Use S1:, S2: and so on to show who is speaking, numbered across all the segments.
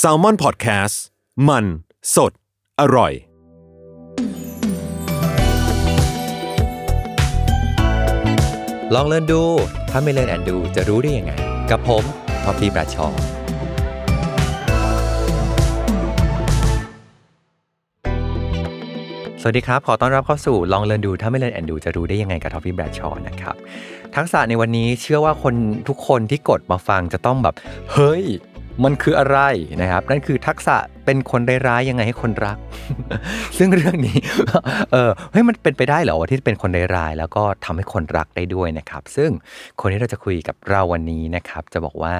S1: s a l ม o n PODCAST มันสดอร่อย
S2: ลองเล่นดู ถ้าไม่เล่นแอนดูจะรู้ได้ยังไง กับผมพอพีประชอสวัสดีครับ ขอต้อนรับเข้าสู่ลองเรียนดูถ้าไม่เรียนแอนดูจะรู้ได้ยังไงกับทอฟฟี่แบรดชอนะครับ ทักษะในวันนี้เชื่อว่าคนทุกคนที่กดมาฟังจะต้องแบบ เฮ้ย มันคืออะไรนะครับ นั่นคือทักษะเป็นคนร้ายๆยังไงให้คน รัก ซึ่งเรื่องนี้ เออเฮ้ยมันเป็นไปได้เหรอว่าที่เป็นคนร้ายๆแล้วก็ทำให้คนรักได้ด้วยนะครับ ซึ่งคนที่เราจะคุยกับเราวันนี้นะครับ จะบอกว่า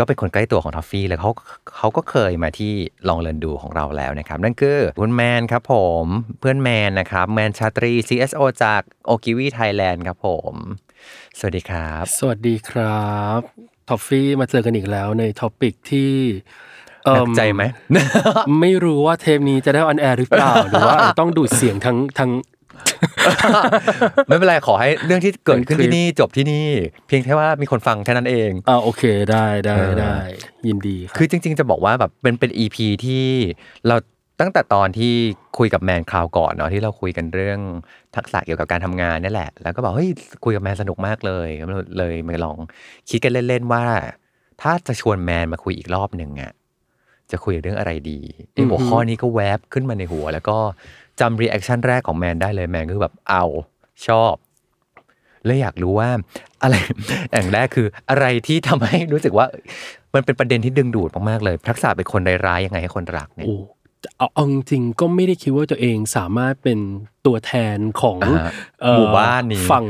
S2: ก็เป็นคนใกล้ตัวของทอฟฟี่แล้วเขาเขาก็เคยมาที่ลองเรียนดูของเราแล้วนะครับ นั่นคือคุณแมนครับผมเพื่อนแมนนะครับ แมนชาตรี CSO จากโอกิวีไทยแลนด์ครับผม สวัสดีครับ
S3: สวัสดีครับท็อฟฟี่มาเจอกันอีกแล้วในท็อปิกที่
S2: ห
S3: เอิ่
S2: นักใจ ไหม
S3: ไม่รู้ว่าเทปนี้จะได้ออนแอร์หรือเปล่า หรือว่าอาจจะต้องดูดเสียงทั้งทั้ง
S2: ไม่เป็นไร ขอให้เรื่องที่เกิดขึ้น
S3: เป็นคลิป
S2: ที่นี่จบที่นี่ เพียงแค่ว่ามีคนฟังแค่นั้นเอง
S3: อ่าโอเคได้ได้
S2: เออ
S3: ได้ ยินดีค
S2: คื
S3: รับ
S2: อจริง ๆ จะบอกว่าแบบเป็นเป็น EP ที่เราตั้งแต่ตอนที่คุยกับแมนคราวก่อนเนาะที่เราคุยกันเรื่องทักษะเกี่ยวกับการทำงานนี่แหละ แล้วก็บอกเฮ้ยคุยกับแมนสนุกมากเลยเลยมาลองคิดกันเล่นๆว่า ถ้าจะชวนแมนมาคุยอีกรอบหนึ่งอะจะคุยเรื่องอะไรดีไอหัว
S3: อือฮึ
S2: ข้อนี้ก็แวบขึ้นมาในหัว แล้วก็จำรีแอคชั่นแรกของแมนได้เลยแมนก็คือแบบเอาชอบ เลยอยากรู้ว่าอะไร อย่างแรกคืออะไรที่ทำให้รู้สึกว่า มันเป็นประเด็นที่ดึงดูดมาก ๆ เลย ทักษะเป็นคนร้ายๆยังไงให้คนรักเนี่ย
S3: โอ้เอาเอาจริงๆก็ไม่ได้คิดว่าตัวเองสามารถเป็นตัวแทนของ
S2: อ่าฮะ
S3: เอ่
S2: ห
S3: อ
S2: มู่บ้านนี้
S3: ฝั่ง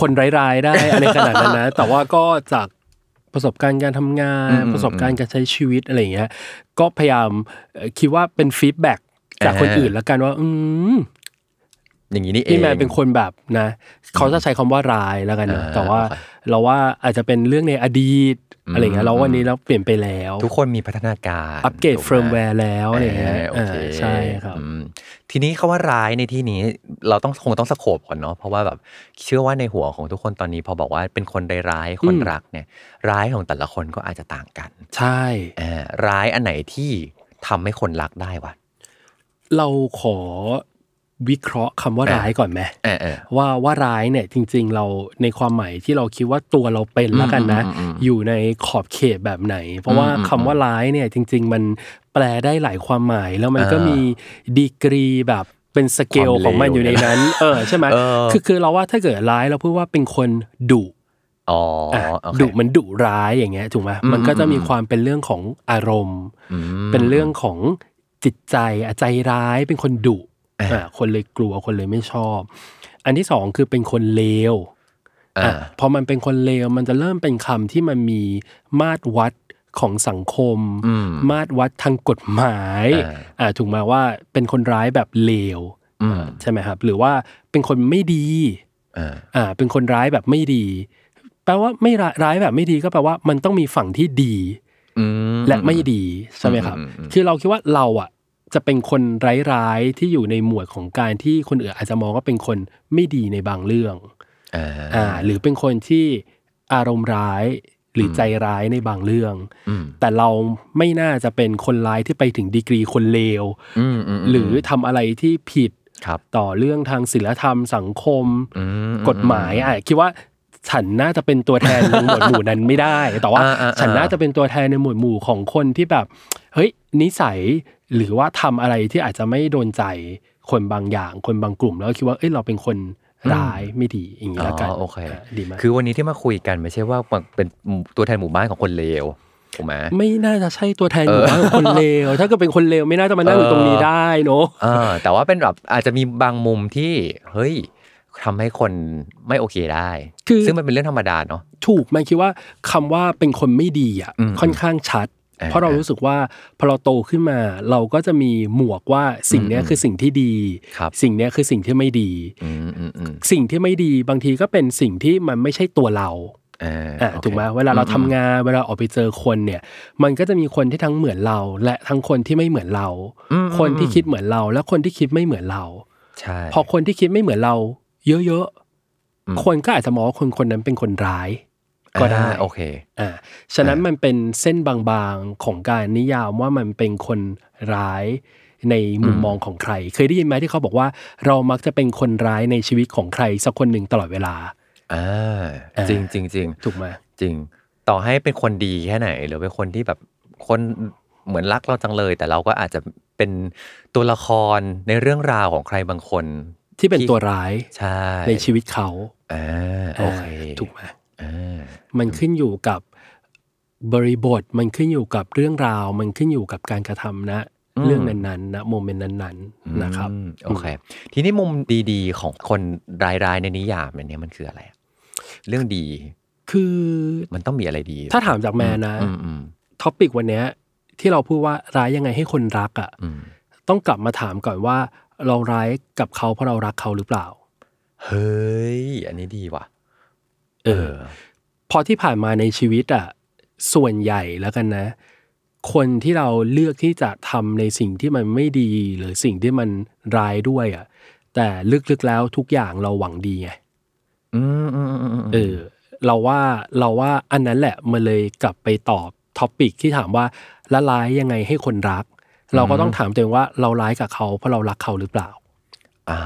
S3: คนร้ายๆ ได้อะไรขนาดนั้นนะ แต่ว่าก็จากประสบการณ์การทำงาน ประสบการณ์การใช้ชีวิตอะไรอย่างเงี้ยก็พยายามเอ่อคิดว่าเป็นฟีดแบ็กจากคนอื่นแล้วกันว่า อืม
S2: อย่างนี้นี่เอง
S3: พี่แมนเป็นคนแบบนะเขาจะใช้คำว่าร้ายแล้วกันนะ
S2: อ่า
S3: แต่ว่า
S2: โอเค
S3: เราว่าอาจจะเป็นเรื่องในอดีต
S2: อืม
S3: อะไรเงี้ยแล้ววันนี้เราเปลี่ยนไปแล้ว
S2: ทุกคนมีพัฒนาการ
S3: อัปเกรด
S2: ถู
S3: เฟิร์ม
S2: ไห
S3: แวร์แล้วอะไรเงี้ย
S2: โอ
S3: อ่า
S2: เค
S3: ใช่ครับ
S2: อืมทีนี้คาว่าร้ายในที่นี้เราต้องคงต้องสโคบก่อนเนาะเพราะว่าแบบเชื่อว่าในหัวของทุกคนตอนนี้พอบอกว่าเป็นคนร้ายๆคน
S3: อืม
S2: รักเนี่ย ร้ายของแต่ละคนก็อาจจะต่างกัน
S3: ใช่
S2: เอ่อร้ายอันไหนที่ทำให้คนรักได้วะ
S3: เราขอวิเคราะห์คำว่า
S2: อ่า
S3: ร้ายก่อนไหม
S2: เออเออ
S3: ว่าว่าร้ายเนี่ยจริง ๆ เราในความหมายที่เราคิดว่าตัวเราเป็นแล้วกันนะ
S2: อืมอืมอืม
S3: อยู่ในขอบเขตแบบไหน เพราะว่า
S2: อืมอืม
S3: คำว่าร้ายเนี่ยจริง ๆ มันแปลได้หลายความหมาย แล้วมันก็
S2: อ่ามี
S3: มีดีกรีแบบเป็นสเกล
S2: ความเลว
S3: ของมันอยู่ในนั้น เออใช่ไหม
S2: เออ
S3: คือคือเราว่าถ้าเกิดร้ายเราพูดว่าเป็นคนดุ
S2: อ๋อ
S3: อ่ะ
S2: โอเค
S3: ดุมันดุร้ายอย่างเงี้ยถูกไหม
S2: อืม
S3: มันก็จะมี
S2: อืม
S3: ความเป็นเรื่องของอารมณ์
S2: อืม
S3: เป็นเรื่องของจิตใจอะใจร้ายเป็นคนดุ
S2: อ่า
S3: อ่าคนเลยกลัวคนเลยไม่ชอบ อันที่สองคือเป็นคนเลว
S2: อ่า
S3: อ่ะพอมันเป็นคนเลวมันจะเริ่มเป็นคำที่มันมีมาตรวัดของสังคม
S2: อืม
S3: มาตรวัดทางกฎหมาย
S2: อ่า
S3: อ่าถูกไหมาว่าเป็นคนร้ายแบบเลว
S2: อืม
S3: ใช่ไหมครับ หรือว่าเป็นคนไม่ดี
S2: อ่า
S3: อ่าเป็นคนร้ายแบบไม่ดี แปลว่าไม่ร้ายร้ายแบบไม่ดีก็แปลว่ามันต้องมีฝั่งที่ดี
S2: อืม
S3: และไม่ดีใช่ไหมครับ
S2: อืมอืมอืม
S3: คือเราคิดว่าเราอ่ะจะเป็นคนร้ายๆที่อยู่ในหมวดของการที่คนอื่นอาจจะมองว่าเป็นคนไม่ดีในบางเรื่อง
S2: อ่า
S3: อ่าหรือเป็นคนที่อารมณ์ร้ายหรือใจร้ายในบางเรื่อง
S2: อืม
S3: แต่เราไม่น่าจะเป็นคนร้ายที่ไปถึงดีกรีคนเลว
S2: อืมมม
S3: หรือทำอะไรที่ผิด
S2: ครับ
S3: ต่อเรื่องทางศีลธรรมสังคม
S2: อืม
S3: กฎหมายอ่ะคิดว่าฉันน่าจะเป็นตัวแทนในหมวดหมู่นั้นไม่ได้ แต่ว่า
S2: อ่าอ่าอ่า
S3: ฉันน่าจะเป็นตัวแทนในหมวดหมู่ของคนที่แบบ เฮ้ยนิสัยหรือว่าทำอะไรที่อาจจะไม่โดนใจคนบางอย่างคนบางกลุ่ม แล้วก็คิดว่าเอ้ยเราเป็นคนร้ายไม่ดีอย่างนี้ละกัน
S2: อ๋อโอเค
S3: อ่ะดีไหม
S2: คือวันนี้ที่มาคุยกันไม่ใช่ว่าเป็นตัวแทนหมู่บ้านของคนเลวถูกไหม
S3: ไม่น่าจะใช่ตัวแทนหมู่บ้านของคนเลวถ้าเกิดเป็นคนเลวไม่น่าจะมานั่งอยู่ตรงนี้ได้เนอะ
S2: เออแต่ว่าเป็นแบบอาจจะมีบางมุมที่เฮ้ยทำให้คนไม่โอเคได้
S3: คือ
S2: ซึ่งมันเป็นเรื่องธรรมดาเนาะ
S3: ถูกมันคิดว่าคำว่าเป็นคนไม่ดีอ่ะ
S2: อืม
S3: ค่อนข้างชัด
S2: อ่า
S3: เพราะเรารู้สึกว่าพอเราโตขึ้นมา เราก็จะมีหมวกว่าสิ่งเนี้ย
S2: อืม
S3: คือสิ่งที่ดี
S2: ครับ
S3: สิ่งเนี้ยคือสิ่งที่ไม่ดี
S2: อืมอืมอืม
S3: สิ่งที่ไม่ดีบางทีก็เป็นสิ่งที่มันไม่ใช่ตัวเรา
S2: เอ่า
S3: อ่ะถูกไหมเวลาเราทำงานเวลาออกไปเจอคนเนี่ย มันก็จะมีคนที่ทั้งเหมือนเรา และทั้งคนที่ไม่เหมือนเรา คนที่คิดเหมือนเรา และคนที่คิดไม่เหมือนเรา
S2: ใช่
S3: พอคนที่คิดไม่เหมือนเรา เยอะๆคนก็อาจจะมองว่าคนคนนั้นเป็นคนร้าย ก็ได้
S2: อ่าโอเค
S3: อ่าฉะนั้นมันเป็นเส้นบางๆของการนิยามว่ามันเป็นคนร้ายในมุมมองของใคร เคยได้ยินไหมที่เขาบอกว่า เรามักจะเป็นคนร้ายในชีวิตของใครสักคนหนึ่งตลอดเวลา
S2: อ่า
S3: อ่า
S2: จริงจริงจริง
S3: ถูกไหม
S2: จริง ต่อให้เป็นคนดีแค่ไหน หรือเป็นคนที่แบบคนเหมือนรักเราจังเลย แต่เราก็อาจจะเป็นตัวละครในเรื่องราวของใครบางคน
S3: ที่เป็น
S2: ที่
S3: ตัวร้าย
S2: ใช่
S3: ในชีวิตเขา
S2: อ่าโอเค
S3: าถูกไหม
S2: อ่า
S3: มันขึ้นอยู่กับบริบทมันขึ้นอยู่กับเรื่องราว มันขึ้นอยู่กับการกระทำนะ เรื่องนั้นๆนะโมเมนต์นั้นๆนะครับ
S2: อืมโอเค ทีนี้มุมดีๆ ของคนร้ายๆในนิยามอันเนี้ยมันคืออะไรอะเรื่องดี
S3: คือ
S2: มันต้องมีอะไรดี
S3: ถ้าถามจากแมนนะ
S2: อืมอืม
S3: ท็อปิกวันเนี้ยที่เราพูดว่าร้ายยังไงให้คนรักอ่ะ
S2: อืม
S3: ต้องกลับมาถามก่อนว่า เราร้ายกับเขาเพราะเรารักเขาหรือเปล่า
S2: เฮ้ยอันนี้ดีว่ะ
S3: เออ พอที่ผ่านมาในชีวิตอ่ะส่วนใหญ่แล้วกันนะ คนที่เราเลือกที่จะทำในสิ่งที่มันไม่ดีหรือสิ่งที่มันร้ายด้วยอ่ะแต่ลึกๆแล้วทุกอย่างเราหวังดีไง
S2: อืมอืมอืมอืม
S3: เออ เราว่าเราว่าอันนั้นแหละมันเลยกลับไปตอบท็อปิกที่ถามว่าละร้ายยังไงให้คนรัก เราก็ต้องถามตัวเองว่าเราร้ายกับเขาเพราะเรารักเขาหรือเปล่า
S2: อ่า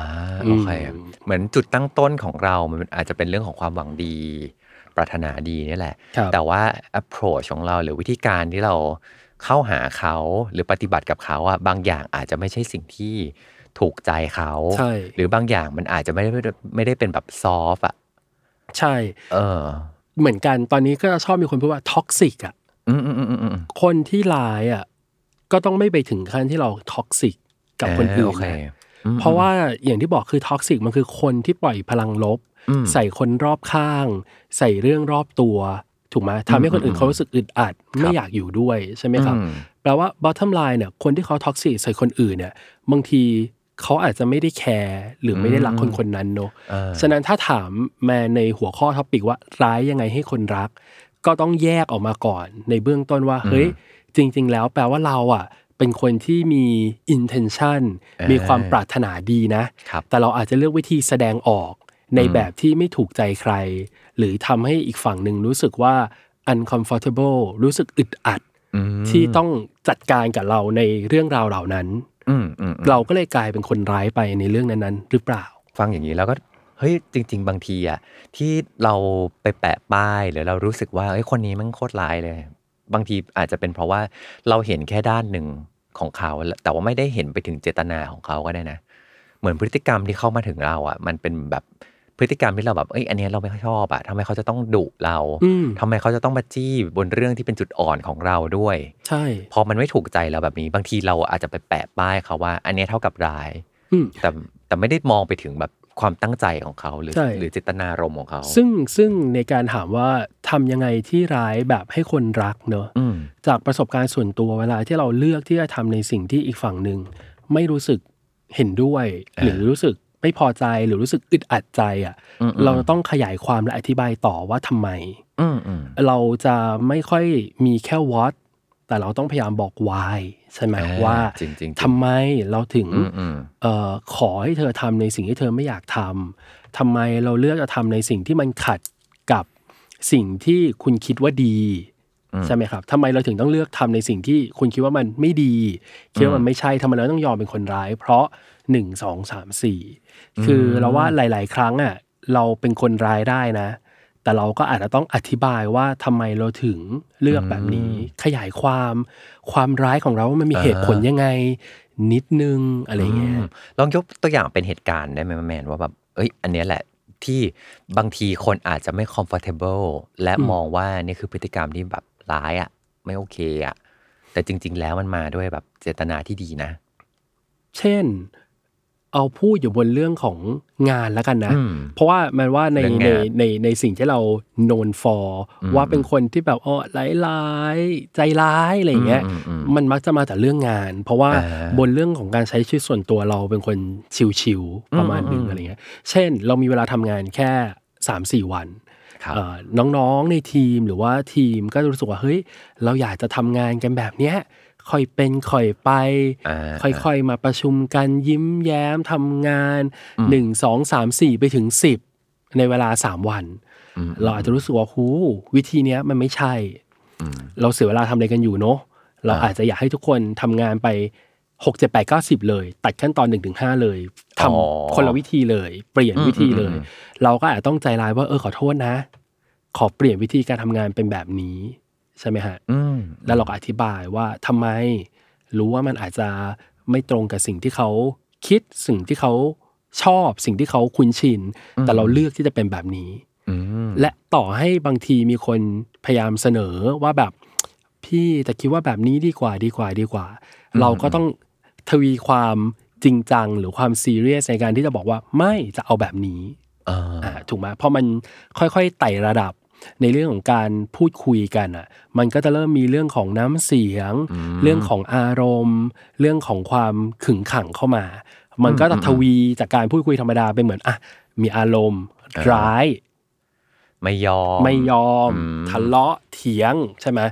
S2: โอเค
S3: อืม
S2: เหมือนจุดตั้งต้นของเรา มันอาจจะเป็นเรื่องของความหวังดี ปรารถนาดีเนี่ยแหละ
S3: ครับ
S2: แต่ว่า approach ของเราหรือวิธีการที่เราเข้าหาเขาหรือปฏิบัติกับเขาอะบางอย่างอาจจะไม่ใช่สิ่งที่ถูกใจเขา
S3: ใช่
S2: หรือบางอย่างมันอาจจะไม่ได้ไม่ได้เป็นแบบซอฟอะ
S3: ใช่
S2: เออ
S3: เหมือนกันตอนนี้ก็ชอบมีคนพูดว่าท็อกซิกอ่ะ
S2: อืมอืมอืมอืมอืม
S3: คนที่ร้ายอ่ะก็ต้องไม่ไปถึงขั้นที่เราท็อกซิกกับคนอื่
S2: โอน เค
S3: นะ
S2: อืม
S3: เพราะว่าอย่างที่บอกคือท็อกซิกมันคือคนที่ปล่อยพลังลบ
S2: อืม
S3: ใส่คนรอบข้าง ใส่เรื่องรอบตัว ถูกไหมทำให้คนอื่นเขารู้สึกอึดอัดไม่อยากอยู่ด้วยใช่ไหมครับ
S2: อืม
S3: แปลว่า bottom line เนี่ยคนที่เขาท็อกซิกใส่คนอื่นเนี่ยบางทีเขาอาจจะไม่ได้แคร์หรือไม่ได้รักคนคนนั้นเนอะ
S2: เออ
S3: ฉะนั้นถ้าถามแมาในหัวข้อท็อปิกว่าร้ายยังไงให้คนรัก ก็ต้องแยกออกมาก่อน ในเบื้องต้นว่าเฮ้ยจริง ๆ แล้วแปลว่าเราอ่ะ เป็นคนที่มี intention
S2: เออ
S3: มีความปรารถนาดีนะ
S2: ครับ
S3: แต่เราอาจจะเลือกวิธีแสดงออกในแบบที่ไม่ถูกใจใคร หรือทำให้อีกฝั่งหนึ่งรู้สึกว่า uncomfortable รู้สึกอึดอัด
S2: อืม
S3: ที่ต้องจัดการกับเราในเรื่องราวเหล่านั้น
S2: อืมอืมอืม
S3: เราก็เลยกลายเป็นคนร้ายไปในเรื่องนั้นๆ หรือเปล่า
S2: ฟังอย่างนี้แล้วก็เฮ้ยจริง ๆ บางทีอะที่เราไปแปะป้ายหรือเรารู้สึกว่าเอ้ยคนนี้มันโคตรร้ายเลย บางทีอาจจะเป็นเพราะว่าเราเห็นแค่ด้านหนึ่งของเขา แต่ว่าไม่ได้เห็นไปถึงเจตนาของเขาก็ได้นะ เหมือนพฤติกรรมที่เข้ามาถึงเราอะมันเป็นแบบพฤติกรรมที่เราแบบเอ้ยอันเนี้ยเราไม่ค่อยชอบอะทำไมเขาจะต้องดุเรา
S3: อืม
S2: ทำไมเขาจะต้องมาจี้บนเรื่องที่เป็นจุดอ่อนของเราด้วย
S3: ใช่
S2: พอมันไม่ถูกใจเราแบบนี้ บางทีเราอาจจะไปแปะป้ายเขาว่า อันเนี้ยเท่ากับร้าย
S3: อืม
S2: แต่แต่ไม่ได้มองไปถึงแบบความตั้งใจของเขาหรือ
S3: ใช่
S2: หรือเจตนารมณ์ของเขา
S3: ซึ่งซึ่งในการถามว่าทำยังไงที่ร้ายแบบให้คนรักเนอะ
S2: อืม
S3: จากประสบการณ์ส่วนตัวเวลาที่เราเลือกที่จะทำในสิ่งที่อีกฝั่งหนึ่งไม่รู้สึกเห็นด้วย หรือรู้สึกไม่พอใจหรือรู้สึกอึดอัดใจอะ่ะเราต้องขยายความและอธิบายต่อว่าทำไม
S2: อืมอืม
S3: เราจะไม่ค่อยมีแค่ what แต่เราต้องพยายามบอก why ใช่ไหม
S2: อ่
S3: ว่า
S2: จริงๆจริงๆ
S3: ทำไมเราถึง
S2: อืมอืม
S3: เอ่อขอให้เธอทำในสิ่งที่เธอไม่อยากทำทำไมเราเลือกจะทำในสิ่งที่มันขัดกับสิ่งที่คุณคิดว่าดี ใช่ไหมครับทำไมเราถึงต้องเลือกทำในสิ่งที่คุณคิดว่ามันไม่ดี คิดว่ามันไม่ใช่ทำไมเราต้องยอมเป็นคนร้าย เพราะหนึ่งสองสามสี่คือเราว่าหลาย ๆ ครั้งอ่ะเราเป็นคนร้ายได้นะ แต่เราก็อาจจะต้องอธิบายว่าทำไมเราถึงเลือกแบบนี้ ขยายความความร้ายของเราว่ามันมีเหตุผลยังไง นิดนึงอะไรอย่างเงี้ย
S2: ลองยกตัวอย่างเป็นเหตุการณ์ได้ไหมแมนว่าแบบเอ้ย อันเนี้ยแหละที่บางทีคนอาจจะไม่ comfortable และมองว่านี่คือพฤติกรรมที่แบบร้ายอ่ะ ไม่โอเคอ่ะ แต่จริง ๆ แล้วมันมาด้วยแบบเจตนาที่ดีนะ
S3: เช่น เอาพูดอยู่บนเรื่องของงานแล้วกันนะ
S2: อืม
S3: เพราะว่ามันว่าใน
S2: เรื่อง
S3: ใน
S2: งาน
S3: ในในสิ่งที่เราโนน for ว่าเป็นคนที่แบบอ๋อร้ายๆใจร้ายอะไรอย่างเงี้ย
S2: อืมอืมอืม
S3: มันมักจะมาแต่เรื่องงาน เพราะว่า
S2: อ่า
S3: บนเรื่องของการใช้ชีวิตส่วนตัวเราเป็นคนชิวๆประมาณหนึง
S2: อืม
S3: อะไรเงี้ย เช่น เรามีเวลาทำงานแค่ 3 4 วัน
S2: ครับ
S3: เอ่อน้องๆในทีมหรือว่าทีมก็รู้สึกว่าเฮ้ยเราอยากจะทำงานกันแบบเนี้ยค่อยเป็นค่อยไป
S2: อ่า
S3: ค่อยๆมาประชุมกันยิ้มแย้มทำงาน 1 2 3 4 ไปถึง 10 ในเวลา 3 วัน
S2: อืม
S3: เราอาจจะรู้สึกว่าหูวิธีเนี้ยมันไม่ใช่ เราเสียเวลาทำอะไรกันอยู่เนาะเราอาจจะอยากให้ทุกคนทำงานไปหกเจ็ดแปดเก้าสิบเลย ตัดขั้นตอนหนึ่งถึงห้าเลย
S2: อ๋
S3: ทำ
S2: อ
S3: คนละวิธีเลย เปลี่ยนวิธีเลย
S2: อืมอืม
S3: เราก็อาจต้องใจร้ายว่าเออขอโทษนะ ขอเปลี่ยนวิธีการทำงานเป็นแบบนี้ใช่ไหมฮะ
S2: อืม
S3: แล้วเราก็อธิบายว่าทำไม รู้ว่ามันอาจจะไม่ตรงกับสิ่งที่เขาคิดสิ่งที่เขาชอบสิ่งที่เขาคุ้นชิน แต่เราเลือกที่จะเป็นแบบนี้
S2: อืม
S3: และต่อให้บางทีมีคนพยายามเสนอว่าแบบพี่แต่คิดว่าแบบนี้ดีกว่าดีกว่าดีกว่า เราก็ต้องทวีความจริงจังหรือความซีเรียสในการที่จะบอกว่าไม่จะเอาแบบนี้
S2: อ่า
S3: อ่าถูกไหมเพราะมันค่อยๆไต่ระดับในเรื่องของการพูดคุยกันอ่ะ มันก็จะเริ่มมีเรื่องของน้ำเสียง เรื่องของอารมณ์ เรื่องของความขึงขังเข้ามา มันก็จะทวีจากการพูดคุยธรรมดาเป็นเหมือนอ่ะมีอารมณ์
S2: อ่า
S3: ร้าย
S2: ไม่ยอม
S3: ไม่ยอม
S2: อืม
S3: ทะเลาะเถียงใช่ไหม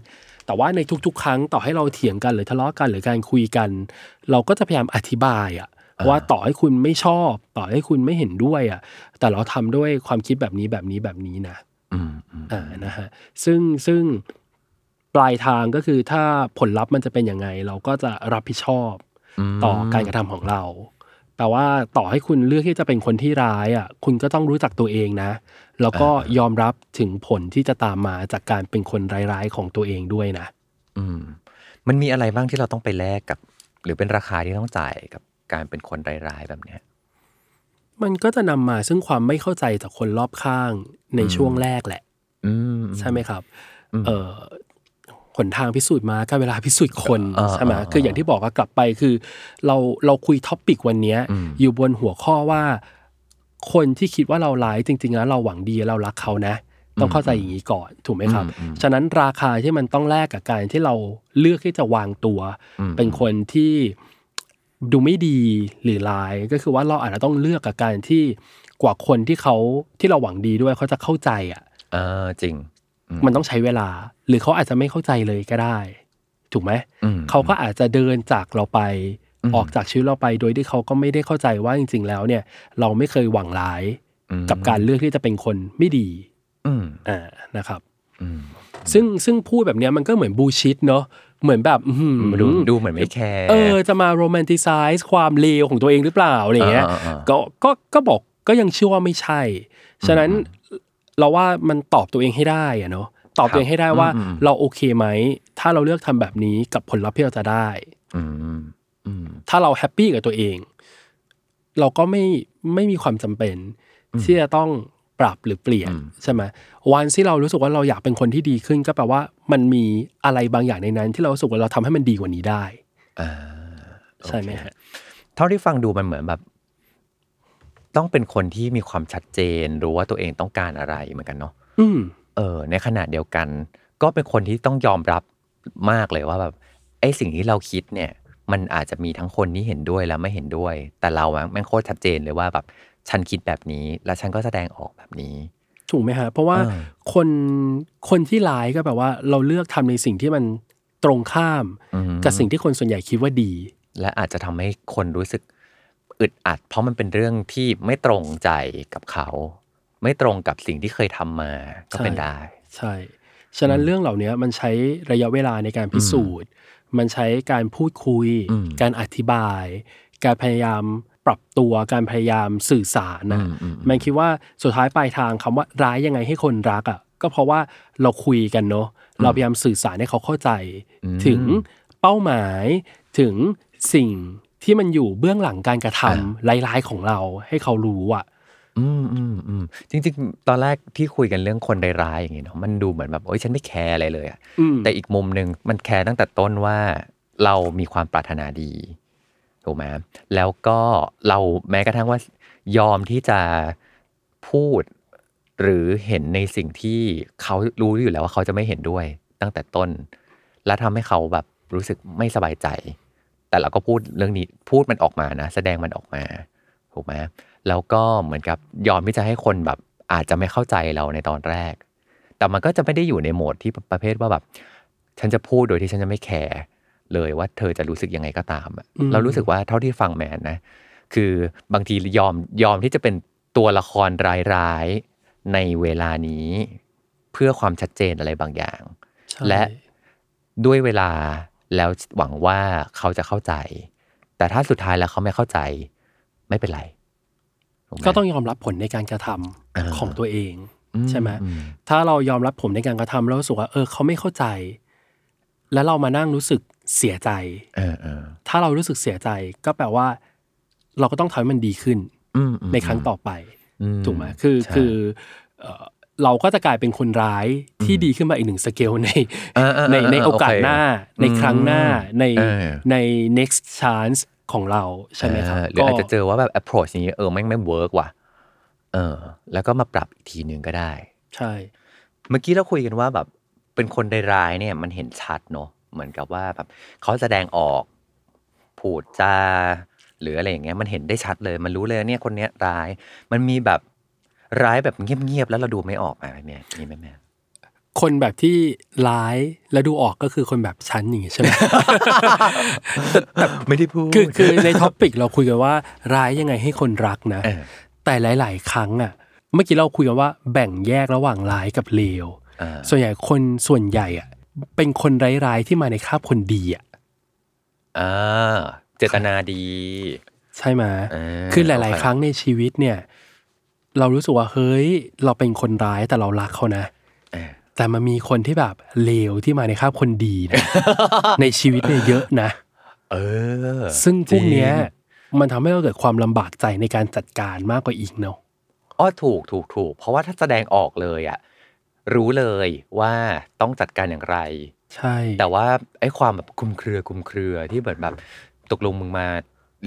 S3: แต่ว่าในทุกๆ ครั้งต่อให้เราเถียงกันหรือทะเลาะกันหรือการคุยกัน เราก็จะพยายามอธิบายอะว่าต่อให้คุณไม่ชอบ ต่อให้คุณไม่เห็นด้วยอะแต่เราทำด้วยความคิดแบบนี้แบบนี้แบบนี้นะ
S2: อืมอืม
S3: อ่านะฮะซึ่งซึ่งปลายทางก็คือถ้าผลลัพธ์มันจะเป็นยังไง เราก็จะรับผิดชอบ
S2: ม
S3: ต่อการกระทำของเรา แต่ว่าต่อให้คุณเลือกที่จะเป็นคนที่ร้ายอ่ะ คุณก็ต้องรู้จักตัวเองนะ แล้วก็ยอมรับถึงผลที่จะตามมาจากการเป็นคนร้ายๆของตัวเองด้วยนะ
S2: อืมมันมีอะไรบ้างที่เราต้องไปแลกกับ หรือเป็นราคาที่ต้องจ่ายกับการเป็นคนร้ายๆแบบเนี้ย
S3: มันก็จะนำมาซึ่งความไม่เข้าใจจากคนรอบข้างในช่วงแรกแหละ
S2: อืม
S3: ใช่ไหมครับ เออหนทางพิสูจน์มาก็เวลาพิสูจน์คน
S2: อ่า
S3: ใช่ไหม
S2: อ่า
S3: คืออย่างที่บอกว่ากลับไปคือ เราเราคุยท็อปปิกวันเนี้ย
S2: อืม
S3: อยู่บนหัวข้อว่า คนที่คิดว่าเราร้ายจริงๆแล้วเราหวังดีเรารักเขานะ ต้องเข้าใจอย่างนี้ก่อนถูกไหมครับ ฉะนั้นราคาที่มันต้องแลกกับการที่เราเลือกที่จะวางตัว เป็นคนที่ดูไม่ดีหรือร้าย ก็คือว่าเราอาจจะต้องเลือกกับการที่กว่าคนที่เขาที่เราหวังดีด้วยเขาจะเข้าใจอ่ะ
S2: เออจริง
S3: มันต้องใช้เวลา หรือเขาอาจจะไม่เข้าใจเลยก็ได้ ถูกไหม
S2: อืม
S3: เขาก็อาจจะเดินจากเราไป ออกจากชีวิตเราไปโดยที่เขาก็ไม่ได้เข้าใจว่าจริง ๆ แล้วเนี่ย เราไม่เคยหวังร้าย
S2: อืม
S3: กับการเลือกที่จะเป็นคนไม่ดี
S2: อืม
S3: อ่านะครับ
S2: อืม
S3: ซึ่งซึ่งพูดแบบเนี้ยมันก็เหมือนบูชิดเนาะเหมือนแบบอื้อหือ
S2: ดูดูเหมือนไม่แคร์
S3: เออจะมาโรแมนติไซส์ความเลวของตัวเองหรือเปล่าอะไรเงี้ย
S2: อ่าอ่าอ่า
S3: ก็ก็ก็บอกก็ยังเชื่อว่าไม่ใช่ ฉะนั้นเราว่ามันตอบตัวเองให้ได้อะเนาะตอบตัวเองให้ได้ว่าเราโอเคไหม ถ้าเราเลือกทำแบบนี้กับผลลัพธ์ที่เราจะได้
S2: อืมอืม
S3: ถ้าเราแฮปปี้กับตัวเอง เราก็ไม่ไม่มีความจำเป็น ที่จะต้องปรับหรือเปลี่ยนใช่ไหมวันที่เรารู้สึกว่าเราอยากเป็นคนที่ดีขึ้น ก็แปลว่ามันมีอะไรบางอย่างในนั้น ที่เรารู้สึกว่าเราทำให้มันดีกว่านี้ได้
S2: อ่า
S3: ใช่ไหมฮะ
S2: เท่าที่ฟังดูมันเหมือนแบบ ต้องเป็นคนที่มีความชัดเจนรู้ว่าตัวเองต้องการอะไรเหมือนกันเนาะ
S3: อืม
S2: เออ ในขณะเดียวกัน ก็เป็นคนที่ต้องยอมรับมากเลยว่าแบบไอ้สิ่งที่เราคิดเนี่ย มันอาจจะมีทั้งคนที่เห็นด้วยและไม่เห็นด้วย แต่เราอะแม่งโคตรชัดเจนเลยว่าแบบฉันคิดแบบนี้ และฉันก็แสดงออกแบบนี้
S3: ถูกไหมฮะเพราะว่า
S2: อ่า
S3: คนคนที่ร้ายก็แบบว่าเราเลือกทำในสิ่งที่มันตรงข้าม
S2: อืม
S3: กับสิ่งที่คนส่วนใหญ่คิดว่าดี
S2: และอาจจะทำให้คนรู้สึกอึดอัด เพราะมันเป็นเรื่องที่ไม่ตรงใจกับเขา ไม่ตรงกับสิ่งที่เคยทำมา ก็เป็น
S3: ใช่
S2: ได้
S3: ใช่ ฉะนั้นเรื่องเหล่านี้มันใช้ระยะเวลาในการพิสูจน์ มันใช้การพูดคุย
S2: อืม
S3: การอธิบาย การพยายามปรับตัวการพยายามสื่อสารนะ
S2: อืมอืมอืม
S3: มันคิดว่าสุดท้ายปลายทางคำว่าร้ายยังไงให้คนรักอ่ะก็เพราะว่าเราคุยกันเนาะเราพยายามสื่อสารให้เขาเข้าใจ ถึงเป้าหมายถึงสิ่งที่มันอยู่เบื้องหลังการกระทำร้ายๆของเราให้เขารู้อ่ะ
S2: อืมอืมอืมจริงๆ ตอนแรกที่คุยกันเรื่องคนร้ายๆอย่างนี้เนาะมันดูเหมือนแบบโอ๊ยฉันไม่แคร์อะไรเลยอะ
S3: อืม
S2: แต่อีกมุมหนึ่งมันแคร์ตั้งแต่ต้นว่าเรามีความปรารถนาดีถูกไหมแล้วก็เราแม้กระทั่งว่ายอมที่จะพูด หรือเห็นในสิ่งที่เขารู้อยู่แล้วว่าเขาจะไม่เห็นด้วยตั้งแต่ต้น และทำให้เขาแบบรู้สึกไม่สบายใจ แต่เราก็พูดเรื่องนี้พูดมันออกมานะ แสดงมันออกมา ถูกไหมแล้วก็เหมือนกับยอมที่จะให้คนแบบอาจจะไม่เข้าใจเราในตอนแรก แต่มันก็จะไม่ได้อยู่ในโหมดที่ประเภทว่าแบบ ฉันจะพูดโดยที่ฉันจะไม่แคร์เลยว่าเธอจะรู้สึกยังไงก็ตามอะ
S3: อืม
S2: เรารู้สึกว่าเท่าที่ฟังแมนนะ คือบางทียอมยอมที่จะเป็นตัวละครร้าย ในเวลานี้เพื่อความชัดเจนอะไรบางอย่าง
S3: ใช่
S2: และด้วยเวลาแล้วหวังว่าเขาจะเข้าใจ แต่ถ้าสุดท้ายแล้วเขาไม่เข้าใจ ไม่เป็นไรถูไหม
S3: ก็ต้องยอมรับผลในการกระทำ
S2: อ่า
S3: ของตัวเอง
S2: อื
S3: ใช่ไหม
S2: อื
S3: ถ้าเรายอมรับผมในการกระทำแล้วรู้สึกว่าเออเขาไม่เข้าใจ แล้วเรามานั่งรู้สึกเสียใจ
S2: เออเออ
S3: ถ้าเรารู้สึกเสียใจก็แปลว่า เราก็ต้องทำให้มันดีขึ้น
S2: อืมอืม
S3: ในครั้งต่อไป
S2: ม
S3: ถูกไหมคือ
S2: ใช่
S3: คือเอ่อเราก็จะกลายเป็นคนร้ายที่ดีขึ้นมาอีกหนึ่งสเกลใน
S2: เออเออเอ
S3: ใน
S2: อ
S3: ในโอกาส
S2: เค
S3: หน้า ในครั้งหน้าใน
S2: เออ
S3: ใน next chance ของเราใช่ไหมครับ
S2: เออหรืออาจจะเจอว่าแบบ approach นี้เออแม่งไม่ work ว่ะเออ แล้วก็มาปรับอีกทีหนึ่งก็ได้
S3: ใช่
S2: เมื่อกี้เราคุยกันว่าแบบเป็นคนร้ายๆเนี่ยมันเห็นชัดเนาะเหมือนกับว่าแบบเขาแสดงออกพูดจาหรืออะไรอย่างเงี้ยมันเห็นได้ชัดเลย มันรู้เลยเนี่ยคนเนี้ยร้าย มันมีแบบร้ายแบบเงียบๆแล้วเราดูไม่ออกไหมแม่มีไหมแม่
S3: คนแบบที่ร้ายและดูออกก็คือคนแบบชั้นอย่างงี้ใช่ ไหม
S2: แต่ไม่ได้พูด
S3: คือคือในท็อปิกเราคุยกันว่าร้ายยังไงให้คนรักนะ
S2: เออ
S3: แต่หลาย ๆ ครั้งอ่ะเมื่อกี้เราคุยกันว่าแบ่งแยกระหว่างร้ายกับเลว
S2: เออ
S3: ส่วนใหญ่คนส่วนใหญ่อ่ะเป็นคนร้าย ๆ ที่มาในคราบคนดีอ่ะ
S2: อ่าเจตนาดี
S3: ใช่ไหม
S2: เออ
S3: คือหลาย
S2: โอเค
S3: ๆครั้งในชีวิตเนี่ย เรารู้สึกว่าเฮ้ย เราเป็นคนร้ายแต่เรารักเขานะ
S2: เออ
S3: แต่มันมีคนที่แบบเลวที่มาในคราบคนดีนะ ในชีวิตเนี่ยเยอะนะ
S2: เออ
S3: ซึ่งพวกเนี้ย
S2: จริง
S3: มันทำให้เราเกิดความลำบากใจในการจัดการมากกว่าอีกเนาะ
S2: อ๋อถูกถูกถูก เพราะว่าถ้าแสดงออกเลยอะรู้เลยว่าต้องจัดการอย่างไร
S3: ใช่
S2: แต่ว่าไอ้ความแบบคลุมเครือคลุมเครือที่เหมือนแบบตกลงมึงมา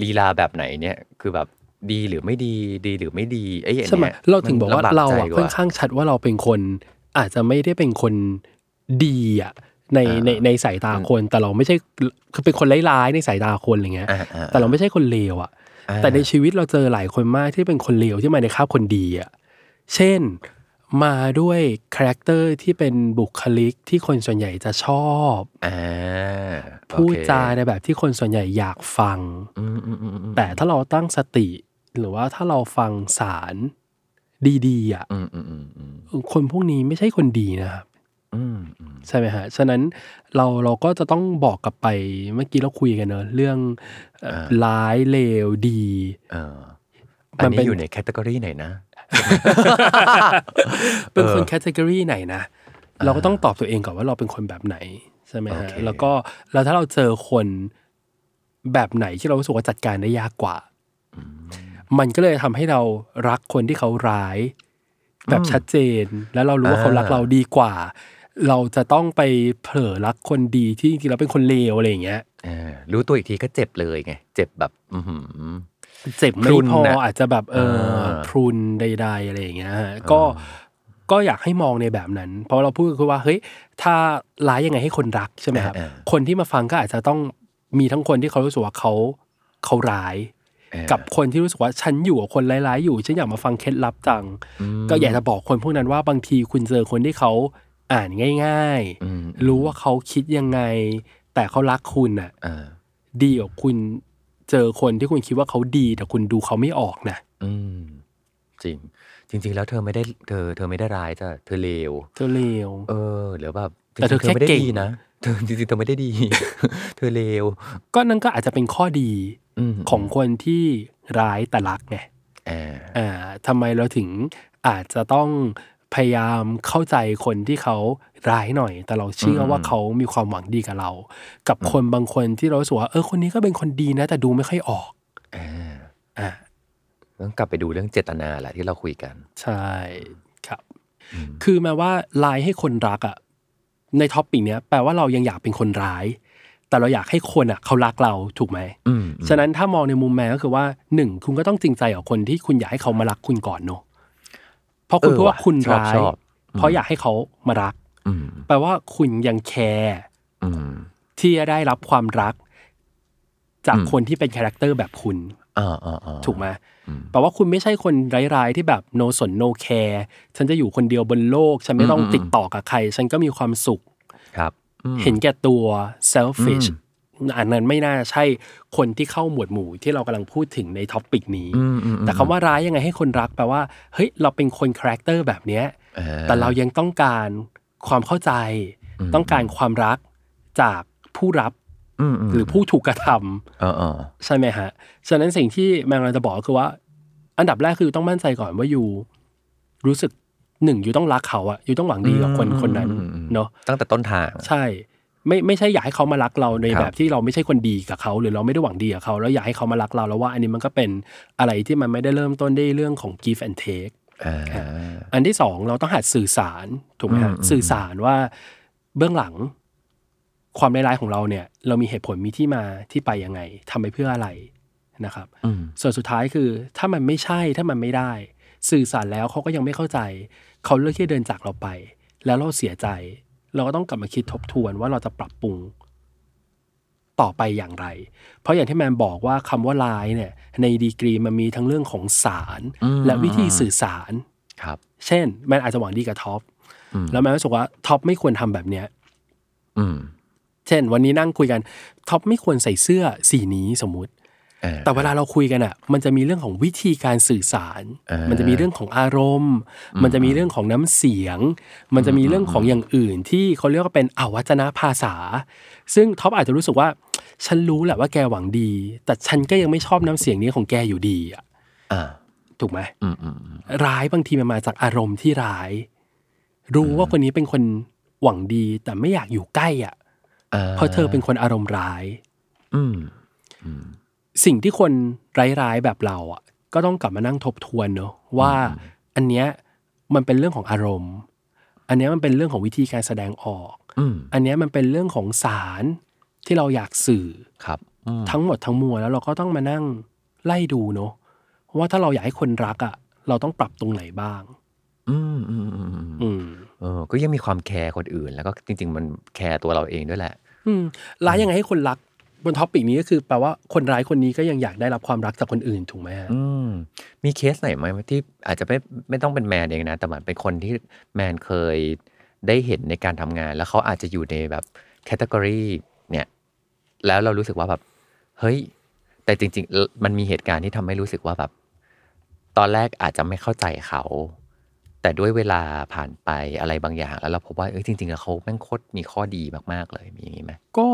S2: ลีลาแบบไหนเนี่ย คือแบบดีหรือไม่ดีดีหรือไม่ดีไอ้อัน
S3: ใช่ไหม
S2: เนี้ย
S3: เราถึงบอก
S2: มัน
S3: ว่า
S2: ลำบาก
S3: เรา
S2: ใจ
S3: อะ
S2: ก
S3: ค่อ
S2: ว่า
S3: นข้างชัดว่าเราเป็นคน อาจจะไม่ได้เป็นคนดีอ่ะใน
S2: อ่า
S3: ในในสายตาคน แต่เราไม่ใช่คือเป็นคนร้ายๆในสายตาคนอะไรเงี้ย
S2: อ่าอ่า
S3: แต่เราไม่ใช่คนเลวอ่ะ
S2: อ่า
S3: แต่ในชีวิตเราเจอหลายคนมากที่เป็นคนเลวที่มาในคราบคนดีอ่ะเช่นมาด้วยคาแรคเตอร์ที่เป็นบุคลิกที่คนส่วนใหญ่จะชอบ
S2: อ่าโอเค
S3: พูดจาในแบบที่คนส่วนใหญ่อยากฟัง
S2: อืมอืมอืมอืม
S3: แต่ถ้าเราตั้งสติ หรือว่าถ้าเราฟังสารดีๆอ่ะ
S2: อืมอืมอืมอืม
S3: คนพวกนี้ไม่ใช่คนดีนะครับ
S2: อืมอืม
S3: ใช่ไหมฮะฉะนั้นเราเราก็จะต้องบอกกลับไปเมื่อกี้เราคุยกันเนอะเรื่องเอ่อร้ายเลวดี
S2: เอออัน
S3: มันเป็
S2: นี้
S3: น
S2: อยู่ในแคตตากรีไหนนะ
S3: เป็นคน
S2: ออ
S3: แคตตากรีไหนนะ เราก็ต้องตอบตัวเองก่อนว่าเราเป็นคนแบบไหนใช่ไหม
S2: โอ
S3: ฮะ
S2: เค
S3: แล้วก็แล้วถ้าเราเจอคนแบบไหนที่เรารู้สึกว่าจัดการได้ยากกว่า มันก็เลยทำให้เรารักคนที่เขาร้าย แบบชัดเจน แล้วเรารู้ว่าเขารักเราดีกว่า เราจะต้องไปเผลอรักคนดีที่จริงๆแล้วเป็นคนเลวอะไรอย่างเงี้ย
S2: เออรู้ตัวอีกทีก็เจ็บเลยไง เจ็บแบบ อือหือ
S3: เจ็บ
S2: พ
S3: ไม่
S2: รุน
S3: พอ
S2: น่ะ
S3: อาจจะแบบเออ
S2: เออ
S3: พรุนใดๆอะไรอย่างเงี้ยฮะก็ก็อยากให้มองในแบบนั้น เพราะเราพูดคือว่าเฮ้ยถ้าร้ายยังไงให้คนรักใช่ไหมครับคนที่มาฟังก็อาจจะต้องมีทั้งคนที่เขารู้สึกว่าเขาเขาร้าย
S2: เออ
S3: กับคนที่รู้สึกว่าฉันอยู่กับคนร้ายๆอยู่ฉันอยากมาฟังเคล็ดลับจัง ก็อยากจะบอกคนพวกนั้นว่าบางทีคุณเจอคนที่เขาอ่านง่าย
S2: อืม
S3: ๆ รู้ว่าเขาคิดยังไง แต่เขารักคุณน่ะ
S2: เออ
S3: ดีกว่าคุณเจอคนที่คุณคิดว่าเขาดี แต่คุณดูเขาไม่ออกนะ
S2: อืมจริง จริง ๆ แล้วเธอไม่ได้เธอ เธอไม่ได้ร้ายจ้ะเธอเลว
S3: เธอเลว
S2: เออหรือแบบ
S3: แต่เธอ
S2: จริๆ
S3: แค่
S2: ไม่ได้
S3: เก่ง
S2: ดีนะเธอจริงๆเธอไม่ได้ดี เธอเลว
S3: ก็นั่นก็อาจจะเป็นข้อดี
S2: อืม
S3: ของคนที่ร้ายแต่รักไง
S2: เออ
S3: อ่าทำไมเราถึงอาจจะต้องพยายามเข้าใจคนที่เขาร้ายหน่อย แต่เราเชื่อว่าเขามีความหวังดีกับเรา กับคนบางคนที่เรารู้สึกว่าเออคนนี้ก็เป็นคนดีนะ แต่ดูไม่ค่อยออก
S2: เออ
S3: อ่า
S2: ต้องกลับไปดูเรื่องเจตนาแหละที่เราคุยกัน
S3: ใช่ครับ คือแม้ว่าร้ายให้คนรักอะในท็อปปิกเนี้ยแปลว่าเรายังอยากเป็นคนร้าย แต่เราอยากให้คนอะเขารักเราถูกไหม
S2: อืม
S3: ฉะนั้นถ้ามองในมุมแม่ก็คือว่าหนึ่งคุณก็ต้องจริงใจกับคนที่คุณอยากให้เขามารักคุณก่อนเนอะเพราะคุณพูดว่าคุณ
S2: ชอบ
S3: ร้าย
S2: ชอบ
S3: เพราะอยากให้เขามารัก
S2: อืม
S3: แปลว่าคุณยังแคร์
S2: อืม
S3: ที่จะได้รับความรัก จาก
S2: อืม
S3: คนที่เป็นคาแรคเตอร์แบบคุณ
S2: อ่าอ่าอ่า
S3: ถูกไหม
S2: อืม
S3: แปลว่าคุณไม่ใช่คนร้ายๆที่แบบ no สน no care ฉันจะอยู่คนเดียวบนโลก ฉันไม่ต้อง
S2: อืมอืม
S3: ติดต่อกับใคร ฉันก็มีความสุข
S2: ครับอืม
S3: เห็นแก่ตัว selfish
S2: อืม
S3: อันนั้นไม่น่าใช่คนที่เข้าหมวดหมู่ที่เรากำลังพูดถึงในท็อปปิกนี้
S2: อืมอืมอืม
S3: แต่คำว่าร้ายยังไงให้คนรักแปลว่าเฮ้ยเราเป็นคนคาแรคเตอร์แบบเนี้ย
S2: ออ
S3: แต่เรายังต้องการความเข้าใจ
S2: อืม
S3: ต้องการความรักจากผู้รับ
S2: มม
S3: หรือผู้ถูกกระทำ
S2: เออเออ
S3: ใช่ไหมฮะ ฉะนั้นสิ่งที่แมงลันจะบอกก็คือว่า อันดับแรกคือต้องมั่นใจก่อนว่าอยู่ รู้สึกหนึ่งอยู่ต้องรักเขาอะอยู่ต้องหวังดีกับคนคนนั้น
S2: อืมอืม
S3: เนาะ
S2: ตั้งแต่ต้นทาง
S3: ใช่ ไม่ไม่ใช่อยากให้เขามารักเราใน
S2: ครับ
S3: แบบที่เราไม่ใช่คนดีกับเขา หรือเราไม่ได้หวังดีกับเขาแล้วอยากให้เขามารักเราแล้วว่า อันนี้มันก็เป็นอะไรที่มันไม่ได้เริ่มต้นด้วยเรื่องของ give and take
S2: อ่า
S3: อันที่สองเราต้องหัดสื่อสารถูกไหม
S2: อื
S3: ฮะ
S2: มอืม
S3: สื่อสารว่าเบื้องหลังความร้ายๆของเราเนี่ย เรามีเหตุผลมีที่มาที่ไปยังไงทำไปเพื่ออะไรนะครับ
S2: อืม
S3: ส่วนสุดท้ายคือ ถ้ามันไม่ใช่ถ้ามันไม่ได้ สื่อสารแล้วเขาก็ยังไม่เข้าใจ เขาเลือกที่จะเดินจากเราไป แล้วเราเสียใจ เราก็ต้องกลับมาคิดทบทวนว่าเราจะปรับปรุง ต่อไปอย่างไร เพราะอย่างที่แมนบอกว่าคำว่าร้ายเนี่ย ในดีกรีมันมีทั้งเรื่องของสาร และวิธีสื่อสาร
S2: ครับ
S3: เช่น แมนอาจจะหวังดีกับท็อป
S2: อืม
S3: แล้วแมนรู้สึกว่าท็อปไม่ควรทำแบบเนี้ย
S2: อืม
S3: เช่น วันนี้นั่งคุยกันท็อปไม่ควรใส่เสื้อสีนี้สมมุติ
S2: เออ
S3: แต่เวลาเราคุยกันอ่ะ มันจะมีเรื่องของวิธีการสื่อสาร
S2: เออ
S3: มันจะมีเรื่องของอารมณ์ มันจะมีเรื่องของน้ำเสียง มันจะมีเรื่องของอย่างอื่นที่เขาเรียกว่าเป็นอวัจนภาษา ซึ่งท็อปอาจจะรู้สึกว่า ฉันรู้แหละว่าแกหวังดี แต่ฉันก็ยังไม่ชอบน้ำเสียงนี้ของแกอยู่ดีอ่ะ
S2: ่า
S3: ถูกไหม
S2: อืมอืมอืม
S3: ร้ายบางทีมันมาจากอารมณ์ที่ร้าย รู้ว่าคนนี้เป็นคนหวังดีแต่ไม่อยากอยู่ใกล้อ่ะ
S2: อ่
S3: เพราะเธอเป็นคนอารมณ์ร้าย
S2: อืม
S3: สิ่งที่คนร้ายๆแบบเราอ่ะ ก็ต้องกลับมานั่งทบทวนเนอะว่า อันเนี้ยมันเป็นเรื่องของอารมณ์ อันเนี้ยมันเป็นเรื่องของวิธีการแสดงออก
S2: อืม
S3: อันเนี้ยมันเป็นเรื่องของสารที่เราอยากสื่อ
S2: ครับอืม
S3: ทั้งหมดทั้งมวลแล้วเราก็ต้องมานั่งไล่ดูเนอะว่าถ้าเราอยากให้คนรักอ่ะ เราต้องปรับตรงไหนบ้าง
S2: อืมอืมอืมอืม
S3: อืม
S2: เออก็ยังมีความแคร์คนอื่น แล้วก็จริง ๆ มันแคร์ตัวเราเองด้วยแหละ
S3: อืมร้ายยังไงให้คนรักบนท็อปปิกนี้ก็คือแปลว่าคนร้ายคนนี้ก็ยังอยากได้รับความรักจากคนอื่นถูกไหมฮะ
S2: อืมมีเคสไหนไหมที่อาจจะไม่ไม่ต้องเป็นแมนเองนะ แต่มันเป็นคนที่แมนเคยได้เห็นในการทำงาน แล้วเขาอาจจะอยู่ในแบบแคตตากรีเนี่ย แล้วเรารู้สึกว่าแบบ เฮ้ย แต่จริง ๆเอ่อมันมีเหตุการณ์ที่ทำให้รู้สึกว่าแบบ ตอนแรกอาจจะไม่เข้าใจเขา แต่ด้วยเวลาผ่านไปอะไรบางอย่าง แล้วเราพบว่าเอ้ยจริง ๆ แล้วเขาแม่งโคตรมีข้อดีมากๆเลยมีอย่างนี้ไหม
S3: ก็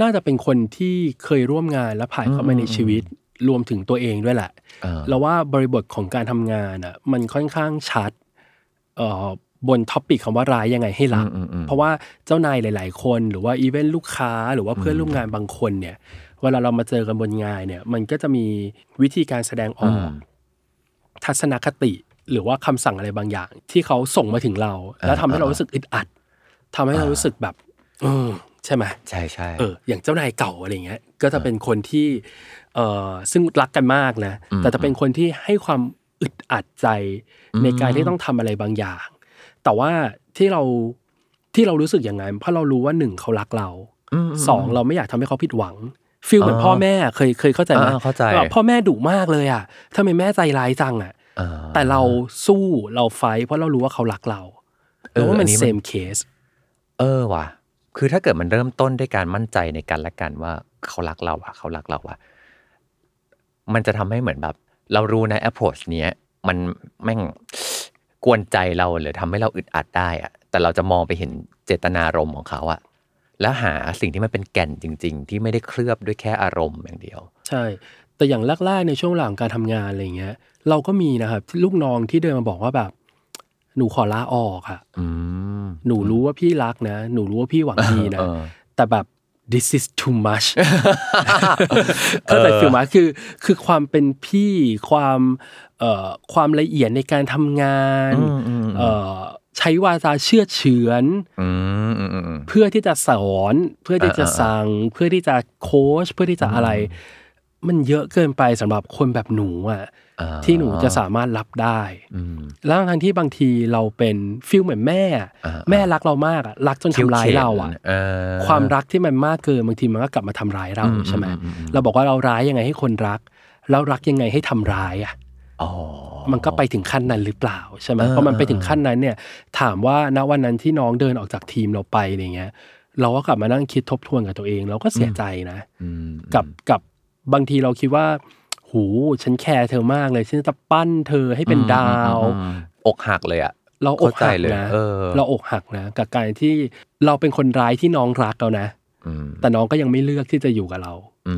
S3: น่าจะเป็นคนที่เคยร่วมงานและผ่านเข้ามาในชีวิตรวมถึงตัวเองด้วยแหละ
S2: เออ
S3: แล้วว่าบริบทของการทำงานอ่ะมันค่อนข้างชัดเอ่อบนท็อปปิกคำว่าร้ายยังไงให้รัก
S2: อืมอืมอืม
S3: เพราะว่าเจ้านายหลาย ๆ คนหรือว่าอีเวนต์ลูกค้าหรือว่าเพื่อนร่วมงานบางคนเนี่ยเวลาเรามาเจอกันบนงานเนี่ย มันก็จะมีวิธีการแสดงออก ทัศนคติหรือว่าคำสั่งอะไรบางอย่าง ที่เขาส่งมาถึงเรา แล้วทำให้เรารู้สึกอึดอัดทำให้เรารู้สึกแบบเออใช่ไหม
S2: ใช่ใช่
S3: เออ อย่างเจ้านายเก่าอะไรเงี้ย ก็จะเป็นคนที่เออซึ่งรักกันมากนะแต่จะเป็นคนที่ให้ความอึดอัดใจในการที่ต้องทำอะไรบางอย่าง แต่ว่าที่เราที่เรารู้สึกอย่างไงเพราะเรารู้ว่าหนึ่งเขารักเรา
S2: มม
S3: สองเราไม่อยากทำให้เขาผิดหวังฟีลเหมือนพ่อแม่เคยเคยเข้าใจไหม
S2: อ่าเข้าใจ
S3: แบบพ่อแม่ดุมากเลยอ่ะทำไมแม่ใจร้ายจังอ่ะ
S2: อ่า
S3: แต่เราสู้เราไฟท์เพราะเรารู้ว่าเขารักเรา
S2: เออ
S3: แล้วว่า
S2: อั
S3: มัน
S2: นนี้
S3: เซ
S2: มัน
S3: มเคส
S2: เออว่ะ คือถ้าเกิดมันเริ่มต้นด้วยการมั่นใจในกันและกันว่าเขารักเราอะเขารักเราอะมันจะทำให้เหมือนแบบ เรารู้นะ approach เนี้ยมันแม่ง กวนใจเราหรือทำให้เราอึดอัดได้อะแต่เราจะมองไปเห็นเจตนารมณ์ของเขาอะแล้วหาสิ่งที่มันเป็นแก่นจริง ๆ ที่ไม่ได้เคลือบด้วยแค่อารมณ์อย่างเดียว
S3: ใช่ แต่อย่างแรกๆในช่วงหลังการทำงานอะไรเงี้ย เราก็มีนะครับลูกน้องที่เดินมาบอกว่าแบบ หนูขอลาออกอะ
S2: อืม
S3: หนูรู้ว่าพี่รักนะ หนูรู้ว่าพี่หวังดีนะ
S2: เออ
S3: แต่แบบ this is too much เข้าใจฟิลไหมาคือคือความเป็นพี่ความเอ่อความละเอียดในการทำงาน
S2: อืมอืมอืม
S3: เอ่อใช้วาจาเชื่อดเฉือน
S2: อืมอืมอืมอืม
S3: เพื่อที่จะสอนเพื่อที่จะ
S2: อ่าอ่า
S3: สั่งเพื่อที่จะโค้ชเพื่อที่จะอะไร มันเยอะเกินไปสำหรับคนแบบหนูอ่ะ
S2: อ่า
S3: ที่หนูจะสามารถรับได้
S2: อืม
S3: แล้วทั้งที่บางทีเราเป็นฟิลเหมือนแม่อะ
S2: อ่าอ่า
S3: แม่รักเรามากอ่ะรักจนทำร้ายเราอ่ะ
S2: เอ
S3: ความรักที่มันมากเกินบางทีมันก็กลับมาทำร้ายเรา
S2: อืม
S3: ใช่ไหม
S2: อืมอืมอืม
S3: เราบอกว่าเราร้ายยังไงให้คนรัก แล้วรักยังไงให้ทำร้ายอ่ะ
S2: อ๋อ
S3: มันก็ไปถึงขั้นนั้นหรือเปล่าใช่ไหม
S2: เออ
S3: เพราะมันไป
S2: เออ
S3: ถึงขั้นนั้นเนี่ย ถามว่าณวันนั้นที่น้องเดินออกจากทีมเราไปอะไรเงี้ย เราก็กลับมานั่งคิดทบทวนกับตัวเอง เราก็เสียใจนะ
S2: อืม
S3: กับกับบางทีเราคิดว่า หูฉันแคร์เธอมากเลยฉันจะปั้นเธอให้เป็นดาว
S2: อืมอกหักเลยอ่ะ
S3: เราอกหัก
S2: เข้าใจเลย
S3: นะ
S2: เออ
S3: อกหักนะ กับการที่เราเป็นคนร้ายที่น้องรักเรานะ
S2: อืม
S3: แต่น้องก็ยังไม่เลือกที่จะอยู่กับเรา
S2: อื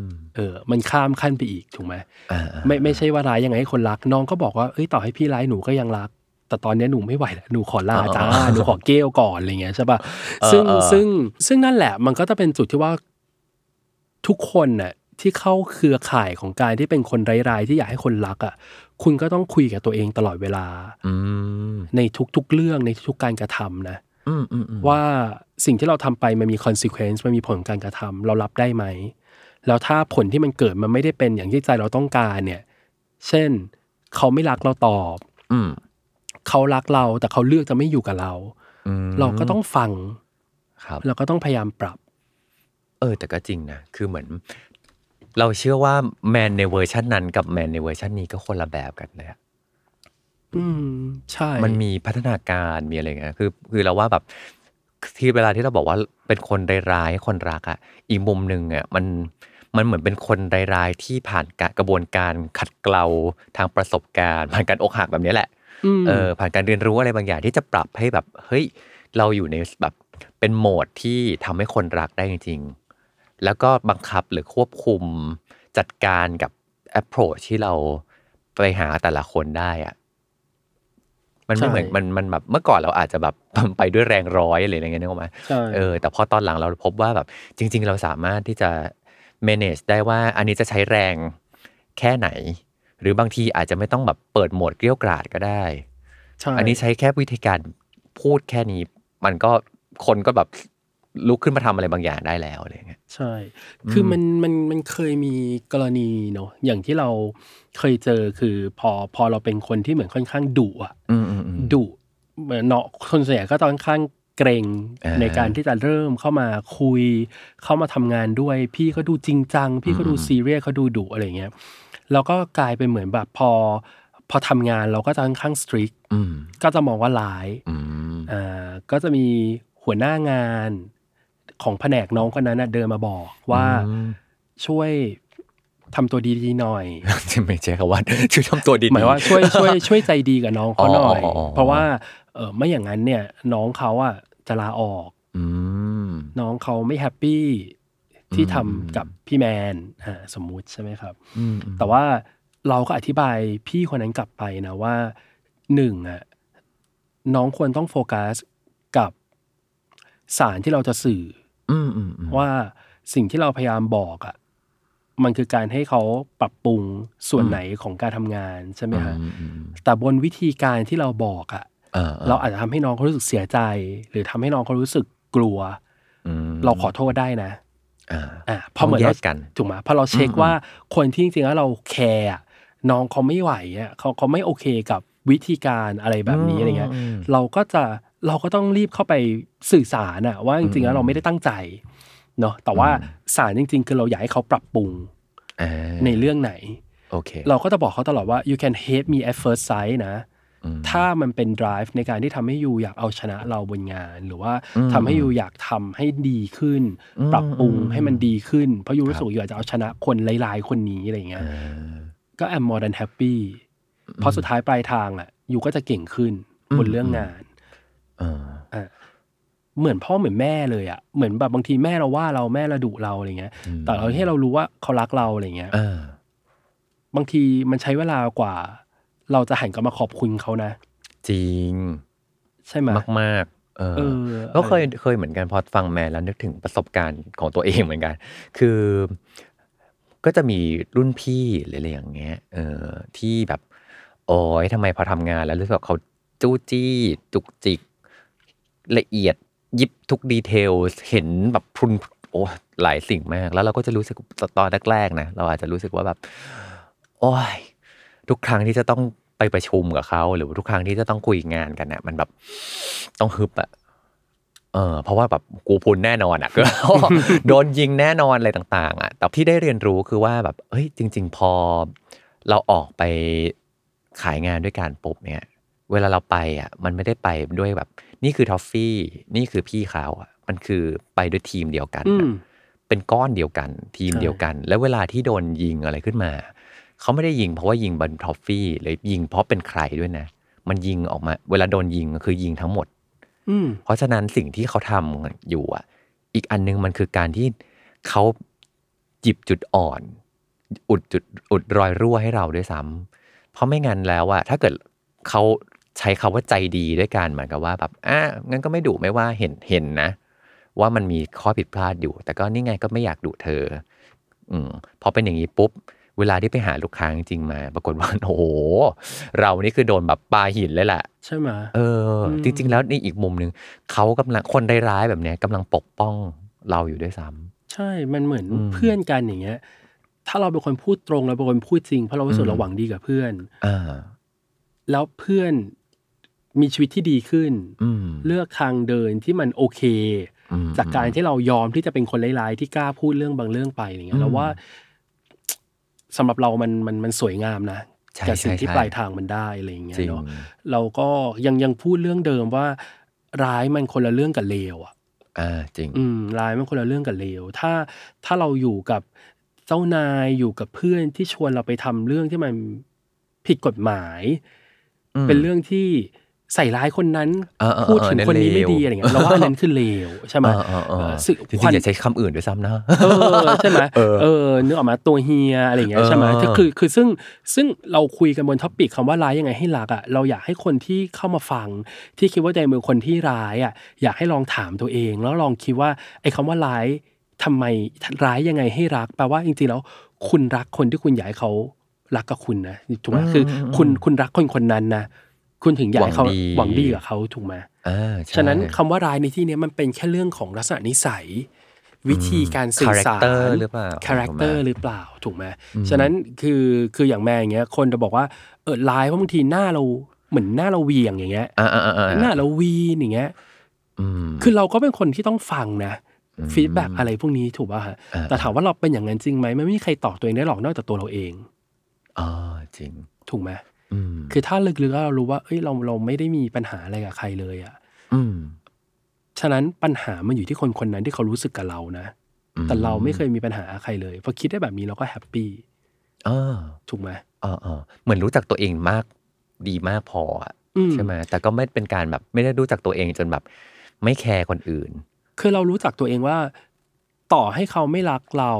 S2: ม
S3: เออ มันข้ามขั้นไปอีกถูกไหม
S2: อ่า
S3: ไม่ไม่ใช่ว่าร้ายยังไงให้คนรัก น้องก็บอกว่าเอ้ยต่อให้พี่ร้ายหนูก็ยังรัก แต่ตอนเนี้ยหนูไม่ไหวแล้วหนูขอลาจ้าหนูขอเกลี้ยวก่อนอะไรเงี้ยใช่ป่ะซึ่งซึ่งซึ่งนั่นแหละ มันก็จะเป็นจุดที่ว่า ทุกคนน่ะที่เข้าเครือข่ายของการที่เป็นคนร้ายๆที่อยากให้คนรักอ่ะคุณก็ต้องคุยกับตัวเองตลอดเวลา
S2: อืม
S3: ในทุกๆเรื่องในทุกการกระทำนะ
S2: อืมอืมอืม
S3: ว่าสิ่งที่เราทำไปมันมี consequence มันมีผลของการกระทำเรารับได้ไหม แล้วถ้าผลที่มันเกิดมันไม่ได้เป็นอย่างที่ใจเราต้องการเนี่ย เช่น เขาไม่รักเราตอบ
S2: อืม
S3: เขารักเราแต่เขาเลือกจะไม่อยู่กับเรา
S2: อืม
S3: เราก็ต้องฟัง
S2: ครับ
S3: เราก็ต้องพยายามปรับ
S2: เออแต่ก็จริงนะ คือเหมือน เราเชื่อว่าแมนในเวอร์ชันนั้นกับแมนในเวอร์ชันนี้ก็คนละแบบกันเลยอะ
S3: อืม ใช่
S2: มันมีพัฒนาการมีอะไรเงี้ยคือคือเราว่าแบบที่เวลาที่เราบอกว่าเป็นคนร้ายๆคนรักอะอีกมุมหนึ่งอะมันมันเหมือนเป็นคนร้ายๆที่ผ่านกะกระบวนการขัดเกลาทางประสบการณ์ ผ่านการอกหักแบบเนี้ยแหละ
S3: ม
S2: เออผ่านการเรียนรู้อะไรบางอย่างที่จะปรับให้แบบเฮ้ยเราอยู่ในแบบเป็นโหมดที่ทำให้คนรักได้จริงๆ แล้วก็บังคับหรือควบคุมจัดการกับ approach ที่เราไปหาแต่ละคนได้อะมันไม่เหมือนมันมันแบบเมื่อก่อนเราอาจจะแบบ ไปด้วยแรงร้อยอะไรอย่างเงี้ยนึกออกไหม
S3: ใช่
S2: เออแต่พอตอนหลังเราพบว่าแบบจริง ๆ เราสามารถที่จะ manage ได้ว่าอันนี้จะใช้แรงแค่ไหน หรือบางทีอาจจะไม่ต้องแบบเปิดโหมดเกลี้ยวกล่อมก็ได้
S3: ใช่
S2: อันนี้ใช้แค่วิธีการพูดแค่นี้ มันก็คนก็แบบลุกขึ้นมาทำอะไรบางอย่างได้แล้วอะไรอย่างเงี้ย
S3: ใช่ คืออ
S2: ม
S3: มันมันมันเคยมีกรณีเนอะอย่างที่เราเคยเจอคือพอพอเราเป็นคนที่เหมือนค่อนข้างดุอะ
S2: อืมอืมอืม
S3: ดุเหมือนเนาะคนส่วนใหญ่ก็ตอนข้างเกรง
S2: อ่า
S3: ในการที่จะเริ่มเข้ามาคุย เข้ามาทำงานด้วย พี่ก็ดูจริงจัง พี่ก็ดู
S2: อืม
S3: ซีเรียสเขาดูดุอะไรเงี้ยแล้วก็กลายเป็นเหมือนแบบพอ พอทำงานเราก็จะค่อนข้างสตรีก
S2: อืม
S3: ก็จะมองว่าร้าย
S2: อืม
S3: อ่าก็จะมีหัวหน้างานของแผนกน้องคนนั้นนะเดินมาบอกว่า
S2: อืม
S3: ช่วยทำตัวดีๆหน่อย
S2: จะไม่ใช่คำว่าช่วยทำตัวดีๆ
S3: หมายว่า ช่วยช่วยช่วยใจดีกับน้องเขาหน่อย
S2: อ๋ออ๋ออ๋อ
S3: เพราะว่าเออไม่อย่างนั้นเนี่ยน้องเขาอ่ะจะลาออก
S2: อืม
S3: น้องเขาไม่แฮปปี้ที่
S2: อืม
S3: ทำกับพี่แมนอ่าสมมุติใช่ไหมครับ
S2: อืมอืม
S3: แต่ว่าเราก็อธิบายพี่คนนั้นกลับไปนะว่าหนึ่งอ่ะน้องควรต้องโฟกัสกับสารที่เราจะสื่อ
S2: อืมอืมอืม
S3: ว่าสิ่งที่เราพยายามบอกอ่ะมันคือการให้เขาปรับปรุงส่วนไหนของการทำงานใช่ไหมฮะ
S2: อืมอืมอืม
S3: แต่บนวิธีการที่เราบอกอะ
S2: อ่
S3: เราอาจจะทำให้น้องเขารู้สึกเสียใจ หรือทำให้น้องเขารู้สึกกลัว
S2: อืม
S3: เราขอโทษได้นะ
S2: อ่า
S3: อ่าพอเหมือน
S2: ต้อง
S3: เรา
S2: แยกกัน
S3: ถูกไหมพอเราเช็ค
S2: อืม
S3: ว่าคนที่จริงๆแล้วเราแคร์อะน้องเขาไม่ไหวอะเขาเขาไม่โอเคกับวิธีการอะไรแบบนี้อะไรเงี้ย
S2: ม
S3: เราก็จะเราก็ต้องรีบเข้าไปสื่อสารอะว่าจริงๆแล้วเราไม่ได้ตั้งใจเนาะแต่ว่า
S2: อืม
S3: สารจริง ๆ คือเราอยากให้เขาปรับปรุง
S2: อ่า
S3: ในเรื่องไหน
S2: โอเค
S3: เราก็จะบอกเขาตลอดว่า you can hate me at first sight นะ
S2: อืม
S3: ถ้ามันเป็น drive ในการที่ทำให้ยูอยากเอาชนะเราบนงาน หรือว่า
S2: อืม
S3: ทำให้ยูอยากทำให้ดีขึ้น
S2: อืม
S3: ปรับปรุง
S2: อืม
S3: ให้มันดีขึ้น เพราะยูรู้สึกว่ายูอยากจะเอาชนะคนหลายๆคนนี้อะไรเงี้ย
S2: อ่า
S3: ก็ am more than happy เพราะสุดท้ายปลายทางอ่ะยูก็จะเก่งขึ้น
S2: อืม
S3: บนเรื่องงาน
S2: อ่า
S3: เหมือนพ่อเหมือนแม่เลยอ่ะเหมือนแบบบางทีแม่เราว่าเราแม่เราดุเราอะไรเงี้ย
S2: อืม
S3: แต่เราให้เรารู้ว่าเขารักเราอะไรเงี้ย
S2: อ่า
S3: บางทีมันใช้เวลากว่า เราจะหันกลับมาขอบคุณเขานะ
S2: จริง
S3: ใช่ไหม
S2: มากมากๆเอ
S3: เอ
S2: อ
S3: อ
S2: ก็เคยเคยเหมือนกันพอฟังแมนแล้วนึกถึงประสบการณ์ของตัวเองเหมือนกัน คือ ก็จะมีรุ่นพี่หรืออะไรอย่างเงี้ยเออที่แบบโอ้ยทำไมพอทำงานแล้วรู้สึกว่าเขาจู้จี้จุกจิก ละเอียดยิบทุกดีเทลเห็นแบบพรุนโอ้หลายสิ่งมาก แล้วเราก็จะรู้สึกตอนแรกๆนะเราอาจจะรู้สึกว่าแบบ โอ้ยทุกครั้งที่จะต้องไปประชุมกับเขาหรือว่าทุกครั้งที่จะต้องคุยงานกันเนี่ยมันแบบต้องฮึบอะเออเพราะว่าแบบกูพรุนแน่นอนอะ ก็โดนยิงแน่นอนอะไรต่าง ๆอะแต่ที่ได้เรียนรู้คือว่าแบบเฮ้ยจริง ๆ พอเราออกไปขายงานด้วยการปุ๊บเนี่ย เวลาเราไปอ่ะ มันไม่ได้ไปด้วยแบบ นี่คือทอฟฟี่ นี่คือพี่เขาอ่ะ มันคือไปด้วยทีมเดียวกัน
S3: อื
S2: นะ
S3: ม
S2: เป็นก้อนเดียวกันทีม
S3: ใช่
S2: เดียวกัน แล้วเวลาที่โดนยิงอะไรขึ้นมา เขาไม่ได้ยิงเพราะว่ายิงบันทอฟฟี่หรือยิงเพราะเป็นใครด้วยนะ มันยิงออกมา เวลาโดนยิงก็คือยิงทั้งหมด
S3: อืม
S2: เพราะฉะนั้นสิ่งที่เขาทำอยู่อ่ะ อีกอันนึงมันคือการที่เขาหยิบจุดอ่อน อุดจุดอุดรอยรั่วให้เราด้วยซ้ำเพราะไม่งั้นแล้วอ่ะถ้าเกิดเขาใช้คำว่าใจดีด้วยการเหมือนกับว่าแบบอ่ะงั้นก็ไม่ดุไม่ว่าเห็นเห็นนะ ว่ามันมีข้อผิดพลาดอยู่ แต่ก็นี่ไงก็ไม่อยากดุเธอ อืมพอเป็นอย่างนี้ปุ๊บ เวลาที่ไปหาลูกค้าจริงๆมา ปรากฏว่า โอ้โห เรานี่คือโดนแบบปาหินเลยแหละ
S3: ใช่ไหม
S2: เออ
S3: อืม
S2: จริง ๆ แล้วในอีกมุมหนึ่งเขากำลังคนร้ายๆแบบเนี้ยกำลังปกป้องเราอยู่ด้วยซ้
S3: ใช่ มันเหมือน
S2: อืม
S3: เพื่อนกันอย่างเงี้ย ถ้าเราเป็นคนพูดตรงเราเป็นคนพูดจริงเพราะเรารู้สึก
S2: อืม
S3: เราหวังดีกับเพื่อน
S2: ำอ่า
S3: แล้วเพื่อนมีชีวิตที่ดีขึ้น
S2: อืม
S3: เลือกทางเดินที่มันโอเค
S2: อืม
S3: จากการที่เรายอมที่จะเป็นคนร้ายๆที่กล้าพูดเรื่องบางเรื่องไปอย่างเงี้
S2: อื
S3: ย
S2: ม
S3: เราว่าสำหรับเรามันมันมันสวยงามนะ
S2: ใช่
S3: กับสิ่ง
S2: ใช่
S3: ที่
S2: ใช่
S3: ปลายทางมันได้อะไรอย่างเงี้ย
S2: จริง
S3: เนาะเราก็ยังยังพูดเรื่องเดิมว่า ร้ายมันคนละเรื่องกับเลวอ่ะ
S2: อ่าจริง
S3: อืมร้ายมันคนละเรื่องกับเลว ถ้าถ้าเราอยู่กับเจ้านายอยู่กับเพื่อนที่ชวนเราไปทำเรื่องที่มันผิดกฎหมาย
S2: อืม
S3: เป็นเรื่องที่ใส่ร้ายคนนั้น
S2: เออเออเออ
S3: พูดถึงคนนี้
S2: นั่นเลว
S3: ไม่ดีอะไรเงี้ยเราว่าอันนั้นคือเลวใช่ไหม
S2: เออเออเออ
S3: เออสึก
S2: จริง
S3: ควั
S2: ๆ
S3: น
S2: อย่าใช้คำอื่นด้วยซ้ำนะ
S3: เออใช่ไหม
S2: เออ
S3: เออนึกออกมาตัวเฮียอะไรเงี้ย
S2: เออ
S3: ใช่ไหมถ้าคือคือซึ่งซึ่งเราคุยกันบนท็อปิกคำว่าร้ายยังไงให้รักอ่ะเราอยากให้คนที่เข้ามาฟัง ที่คิดว่าใจมือคนที่ร้ายอ่ะอยากให้ลองถามตัวเอง แล้วลองคิดว่าไอ้คำว่าร้ายทำไมร้ายยังไงให้รักแปลว่าจริงๆแล้วคุณรักคนที่คุณอยากให้เขารักกับคุณนะถูกไหม
S2: อืม
S3: คือคุณคุณรักคนคนนั้นนะคุณถึงอยากให้เขา
S2: หวังดี
S3: หวังดีกับเขาถูกไหม
S2: อ่าใช่
S3: ฉะนั้นคำว่าร้ายในที่เนี้ยมันเป็นแค่เรื่องของลักษณะนิสัย วิธีการสื่อสาร
S2: Character หรือเปล่า
S3: คาแรคเตอ
S2: ถูก
S3: ร์
S2: ไหม
S3: หรือเปล่าถูกไหม
S2: อืม
S3: ฉะนั้นคือคืออย่างแม่อย่างเงี้ยคนจะบอกว่าเออร้ายเพราะบางทีหน้าเราเหมือนหน้าเราเหวียงอย่างเงี้ย
S2: อ่าอ่าอ่าอ่า
S3: หน้าเราวีนอย่างเงี้ย
S2: อืม
S3: คือเราก็เป็นคนที่ต้องฟังนะ
S2: อืม
S3: ฟีดแบ็กอะไรพวกนี้ถูกป่ะฮะ
S2: อ่า
S3: แต่ถามว่าเราเป็นอย่างนั้นจริงไหมมันไม่มีใครตอบตัวเองได้หรอกนอกจากตัวเราเอง
S2: อ่าจริง
S3: ถูกไหม
S2: อืม
S3: คือถ้าลึกๆแล้วเรารู้ว่าเอ้ยเราเราไม่ได้มีปัญหาอะไรกับใครเลยอะ
S2: อืม
S3: ฉะนั้นปัญหามันอยู่ที่คนคนนั้นที่เขารู้สึกกับเรานะ
S2: อืม
S3: แต่เราไม่เคยมีปัญหากับใครเลยพอคิดได้แบบนี้เราก็แฮปปี้
S2: อ่า
S3: ถูกไหม
S2: อ่าอ่าเหมือนรู้จักตัวเองมากดีมากพออะ
S3: อืม
S2: ใช่ไหมแต่ก็ไม่เป็นการแบบไม่ได้รู้จักตัวเองจนแบบ ไม่แคร์คนอื่น
S3: คือเรารู้จักตัวเองว่า ต่อให้เขาไม่รักเรา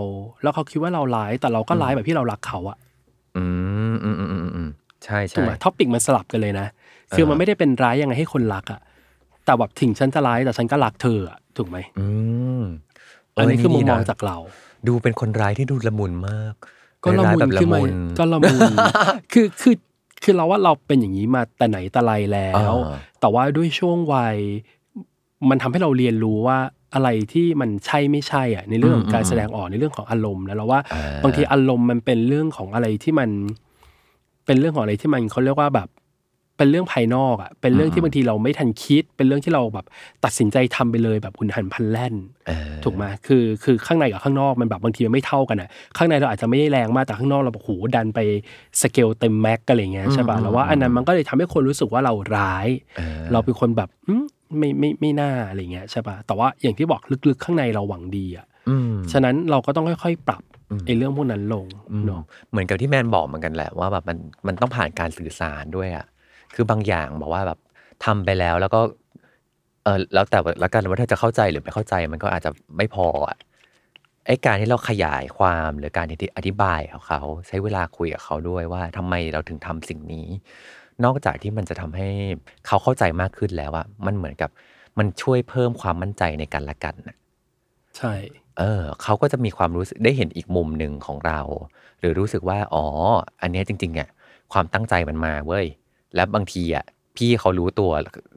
S3: แล้วเขาคิดว่าเราร้าย แต่เราก็ร้ายแบบที่เรารักเขาอะ
S2: อืมอืมอืมอืมอืมใช่
S3: ถูก
S2: ใช่
S3: ไหมท็อปิกมันสลับกันเลยนะ คือมันไม่ได้เป็นร้ายยังไงให้คนรักอะแต่แบบถึงฉันจะร้ายแต่ฉันก็รักเธออะถูกไหม
S2: อืมเ
S3: อันนี้คือมุมมอง
S2: ดีนะ
S3: จากเรา
S2: ดูเป็นคนร้ายที่ดูละมุนมาก
S3: ก็ละ
S2: ร้าย
S3: มุ
S2: ๆแบ
S3: น
S2: บ
S3: ขึ้นมา
S2: มุน
S3: ก็ละ มุน คือคือคือเราว่าเราเป็นอย่างนี้มาแต่ไหนแต่ไรแล้ว
S2: อ่า
S3: แต่ว่าด้วยช่วงวัย มันทำให้เราเรียนรู้ว่าอะไรที่มันใช่ไม่ใช่อ่ะในเรื่องของการแสดงออกในเรื่องของอารมณ์นะเราว่า
S2: อ่
S3: บางทีอารมณ์มันเป็นเรื่องของอะไรที่มัน เป็นเรื่องของอะไรที่มันเขาเรียกว่าแบบ เป็นเรื่องภายนอกอ่ะเป็นเรื่องที่บางทีเราไม่ทันคิด เป็นเรื่องที่เราแบบ ตัดสินใจทำไปเลยแบบหุนหันพลันแล่น
S2: เออ
S3: ถูกไหมคือคือข้างในกับข้างนอกมันแบบบางทีมันไม่เท่ากันอ่ะ ข้างในเราอาจจะไม่ได้แรงมากแต่ข้างนอกเราแบบโหดันไปสเกลเต็มแม็กกันอะไรเงี้ยใช่ป่ะแล้วว่าอันนั้นมันก็เลยทำให้คนรู้สึกว่าเราร้าย
S2: เออ
S3: เราเป็นคนแบบอืมไม่ไม่ไม่น่าอะไรเงี้ยใช่ป่ะแต่ว่าอย่างที่บอกลึกๆ ข้างในเราหวังดีอ่ะ
S2: อืม
S3: ฉะนั้นเราก็ต้องค่อยๆ ปรับ
S2: อืม
S3: ไอ้เรื่องพวกนั้นลงเนาะ
S2: เหมือนกับที่แมนบอกเหมือนกันแหละว่าแบบมันมันต้องผ่านการสื่อสารด้วยอ่ะคือบางอย่างบอกว่าแบบทำไปแล้วแล้วก็เออแล้วแต่ว่าแล้วกันว่าเธอจะเข้าใจหรือไม่เข้าใจมันก็อาจจะไม่พออ่ะไอการที่เราขยายความหรือการที่อธิบายของเขาใช้เวลาคุยกับเขาด้วยว่าทำไมเราถึงทำสิ่งนี้ นอกจากที่มันจะทำให้เขาเข้าใจมากขึ้นแล้วอ่ะมันเหมือนกับมันช่วยเพิ่มความมั่นใจในกันและกันน่ะ
S3: ใช่
S2: เออเขาก็จะมีความรู้สึกได้เห็นอีกมุมหนึ่งของเรา หรือรู้สึกว่า อ๋อ อันเนี้ยจริงๆอ่ะความตั้งใจมันมาเว้ย และบางทีอ่ะพี่เขารู้ตัว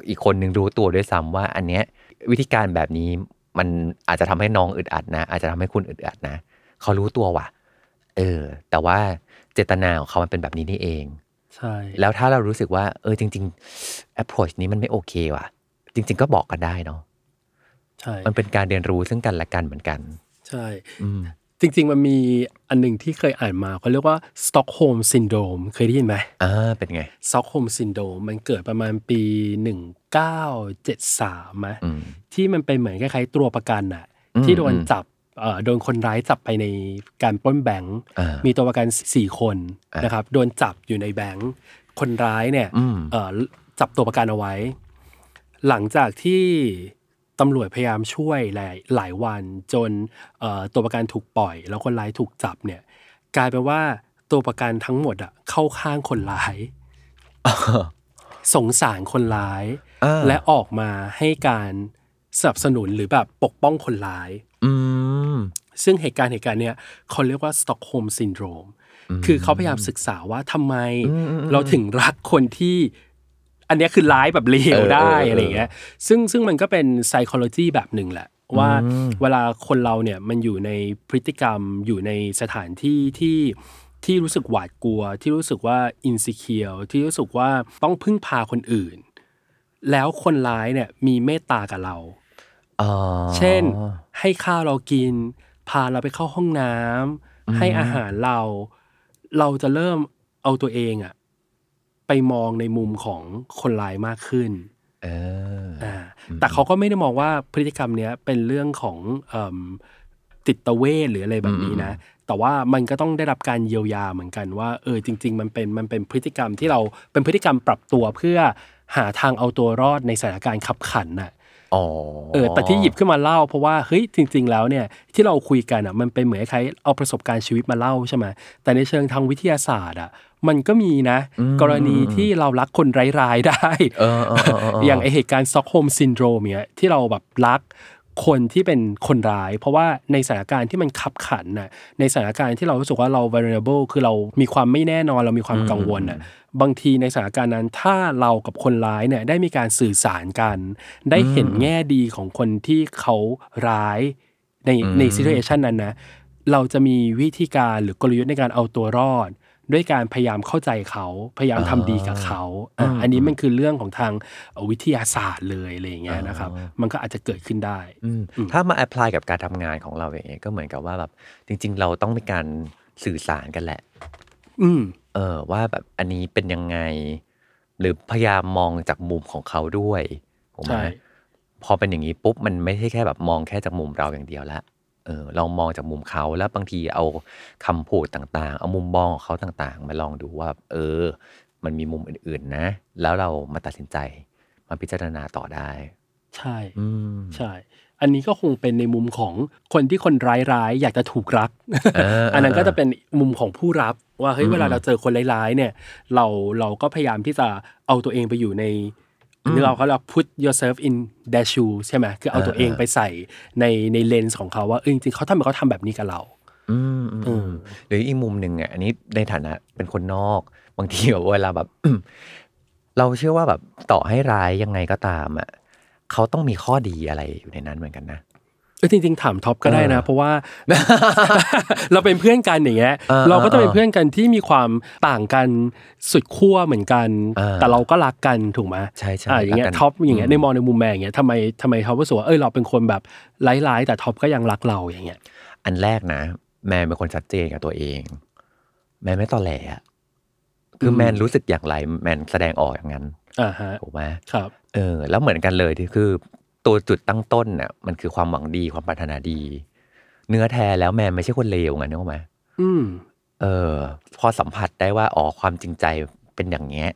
S2: อีกคนนึงรู้ตัวด้วยซ้ำว่า อันเนี้ยวิธีการแบบนี้มันอาจจะทำให้น้องอึดอัดนะ อาจจะทำให้คุณอึดอัดนะเขารู้ตัวว่ะ เออ แต่ว่าเจตนาของเขามันเป็นแบบนี้นี่เอง
S3: ใช่
S2: แล้วถ้าเรารู้สึกว่า เออจริง ๆ approach นี้มันไม่โอเคว่ะ จริง ๆ ก็บอกกันได้เนาะ
S3: ใช่
S2: มันเป็นการเรียนรู้ซึ่งกันและกันเหมือนกัน
S3: ใช่
S2: อืม
S3: จริง ๆ มันมีอันหนึ่งที่เคยอ่านมาเขาเรียกว่า Stockholm Syndrome เคยได้ยินไหม
S2: อ่าเป็นไง
S3: Stockholm Syndrome มันเกิดประมาณปี 1973มะ
S2: อืม
S3: ที่มันเป็นเหมือนคล้ายๆตัวประกันอะ
S2: อืม
S3: ที่โดน
S2: อืม
S3: จับเอ่อโดนคนร้ายจับไปในการปล้นแบงค์
S2: อ่ามี
S3: มีตัวประกัน 4 คน
S2: อ่าน
S3: นะครับโดนจับอยู่ในแบงค์คนร้ายเนี่ย
S2: อืม
S3: เอ่อจับตัวประกันเอาไว้ หลังจากที่ตำรวจพยายามช่วยหลายหลายวันจนเอ่อตัวประกันถูกปล่อย แล้วคนร้ายถูกจับเนี่ย กลายเป็นว่าตัวประกันทั้งหมดอะเข้าข้างคนร้าย สงสารคนร้าย
S2: อ่า
S3: และออกมาให้การสนับสนุนหรือแบบปกป้องคนร้าย
S2: อืม
S3: ซึ่งเหตุการณ์เหตุการณ์เนี้ยเขาเรียกว่า Stockholm Syndrome คือเขาพยายามศึกษาว่าทำไมเราถึงรักคนที่ อันเนี้ยคือร้ายแบบเลวได้
S2: เออเออเอออ
S3: อะไรอย่างเงี้ยซึ่งซึ่งมันก็เป็น psychology แบบหนึ่งแหละ ว่าเวลาคนเราเนี่ยมันอยู่ในพฤติกรรมอยู่ในสถานที่ที่ที่รู้สึกหวาดกลัว ที่รู้สึกว่า insecure ที่รู้สึกว่าต้องพึ่งพาคนอื่น แล้วคนร้ายเนี่ยมีเมตตากับเรา
S2: ๋อ
S3: เช่นให้ข้าวเรากิน พาเราไปเข้าห้องน้ำให้อาหารเรา เราจะเริ่มเอาตัวเองอะไปมองในมุมของคนร้ายมากขึ้น
S2: เออ
S3: อ่าแต่เขาก็ไม่ได้มองว่าพฤติกรรมเนี้ยเป็นเรื่องของเอิ่มติดตะเวทหรืออะไรแบบนี้นะ แต่ว่ามันก็ต้องได้รับการเยียวยาเหมือนกันว่าเออจริง ๆ มันเป็นมันเป็นพฤติกรรมที่เราเป็นพฤติกรรมปรับตัวเพื่อหาทางเอาตัวรอดในสถานการณ์ขับขันน่ะ
S2: อ๋อ
S3: เออแต่ที่หยิบขึ้นมาเล่าเพราะว่าเฮ้ยจริง ๆ แล้วเนี่ยที่เราคุยกันอ่ะมันเป็นเหมือนคล้ายๆเอาประสบการณ์ชีวิตมาเล่าใช่ไหมแต่ในเชิงทางวิทยาศาสตร์อ่ะมันก็มีนะ กรณีที่เรารักคนร้ายๆได้
S2: เออเออเออเออ
S3: อย่างไอเหตุการณ์ซ็อกโฮมซินโดรมเนี่ยที่เราแบบรักคนที่เป็นคนร้าย เพราะว่าในสถานการณ์ที่มันขับขันน่ะในสถานการณ์ที่เรารู้สึกว่าเรา vulnerable คือเรามีความไม่แน่นอนเรามีความกังวลน่ะบางทีในสถานการณ์นั้นถ้าเรากับคนร้ายเนี่ยได้มีการสื่อสารกัน ได้เห็นแง่ดีของคนที่เขาร้ายในในซีเอชันนั้นนะเราจะมีวิธีการหรือกลยุทธ์ในการเอาตัวรอด ด้วยการพยายามเข้าใจเขาพยายามทำดีกับเขาอ่ะอันนี้มันคือเรื่องของทางวิทยาศาสตร์เลยอะไรอย่างเงี้ยนะครับ มันก็อาจจะเกิดขึ้นได้
S2: อืมถ้ามาแอพพลายกับการทำงานของเราอย่างเงี้ยก็เหมือนกับว่าแบบจริง ๆ เราต้องมีการสื่อสารกันแหละ
S3: อืม
S2: เออว่าแบบอันนี้เป็นยังไง หรือพยายามมองจากมุมของเขาด้วยผม
S3: ใช่
S2: ว่าพอเป็นอย่างนี้ปุ๊บมันไม่ใช่แค่แบบมองแค่จากมุมเราอย่างเดียวละเออลองมองจากมุมเขาแล้วบางทีเอาคำพูดต่างๆ เอามุมมองของเขาต่างๆ มาลองดูว่า เออ มันมีมุมอื่นๆนะ แล้วเรามาตัดสินใจมาพิจารณาต่อได้
S3: ใช่
S2: อืม
S3: ใช่ อันนี้ก็คงเป็นในมุมของคนที่คนร้ายๆอยากจะถูกรัก
S2: เออ
S3: อันนั้นก็จะเป็นมุมของผู้รับว่าเฮ้ยเวลาเราเจอคนร้ายๆเนี่ย เราเราก็พยายามที่จะเอาตัวเองไปอยู่ในนี่เราเขาเรา put yourself in their shoe ใช่ไหมคือเอาตัวเองไปใส่ในในเลนส์ของเขาว่าเออจริงๆเขาทำแบบเขาทำแบบนี้กับเรา
S2: อืมอืมอืมหรืออีกมุมหนึ่งอ่ะอันนี้ในฐานะเป็นคนนอก บางทีแบบเวลาแบบ เราเชื่อว่าแบบต่อให้ร้ายยังไงก็ตามอ่ะเขาต้องมีข้อดีอะไรอยู่ในนั้นเหมือนกันนะ
S3: เออจริงๆถามท็อปก็ได้นะ
S2: เออ
S3: เพราะว่า เราเป็นเพื่อนกันอย่างเงี้ย
S2: เออ
S3: เราก็จะเป็น
S2: เออ
S3: เพื่อนกันที่มีความต่างกันสุดขั้วเหมือนกัน
S2: เออ
S3: แต่เราก็รักกันถูกไหม
S2: ใช่ใช่
S3: อ่ะอย่างเงี้
S2: รัก
S3: ย
S2: กัน
S3: ท็อปอย่างเงี้ย
S2: อืม
S3: ในมองในมุมแม่อย่างเงี้ยทำไมทำไมเขาก็รู้สึกว่าเออเราเป็นคนแบบร้ายๆแต่ท็อปก็ยังรักเราอย่างเงี้ย
S2: อันแรกนะ แมนเป็นคนชัดเจนกับตัวเอง แมนไม่ต่อแหลอะคืออ
S3: ม
S2: แมนรู้สึกอย่างไร แมนแสดงออกอย่างนั้น
S3: อ่าฮะ
S2: ถูกไหม
S3: ครับ
S2: เออแล้วเหมือนกันเลยที่คือตัวจุดตั้งต้นน่ะมันคือความหวังดีความปรารถนาดี เนื้อแท้แล้วแมนไม่ใช่คนเลวไงนึกออกไหม
S3: อืม
S2: เออพอสัมผัสได้ว่าอ๋อความจริงใจเป็นอย่างเงี้ย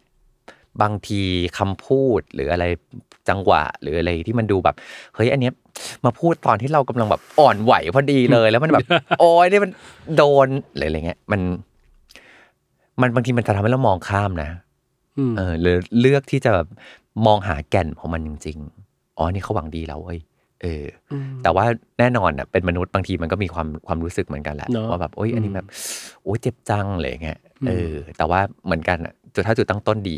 S2: บางทีคำพูดหรืออะไรจังหวะ หรืออะไรที่มันดูแบบเฮ้ยอันเนี้ยมาพูดตอนที่เรากำลังแบบอ่อนไหวพอดีเลย แล้วมันแบบ โอ้ยนี่มันโดนหรืออะไรเงี้ยมัน มันบางทีมันจะทำให้เรามองข้ามนะ
S3: อืม
S2: เออหรือเลือกที่จะแบบมองหาแก่นของมันจริงๆอ๋อนี่เขาหวังดีแล้วเว้ยเออ
S3: ม
S2: แต่ว่าแน่นอนอ่ะเป็นมนุษย์บางทีมันก็มีความความรู้สึกเหมือนกันแหละ
S3: เนอะ
S2: ว่าแบบโอ้ยอันนี้แบบโอ้ยเจ็บจังอะไรอย่างเงี้ย
S3: อืม
S2: เออ แต่ว่าเหมือนกันอ่ะจุดถ้าจุดตั้งต้นดี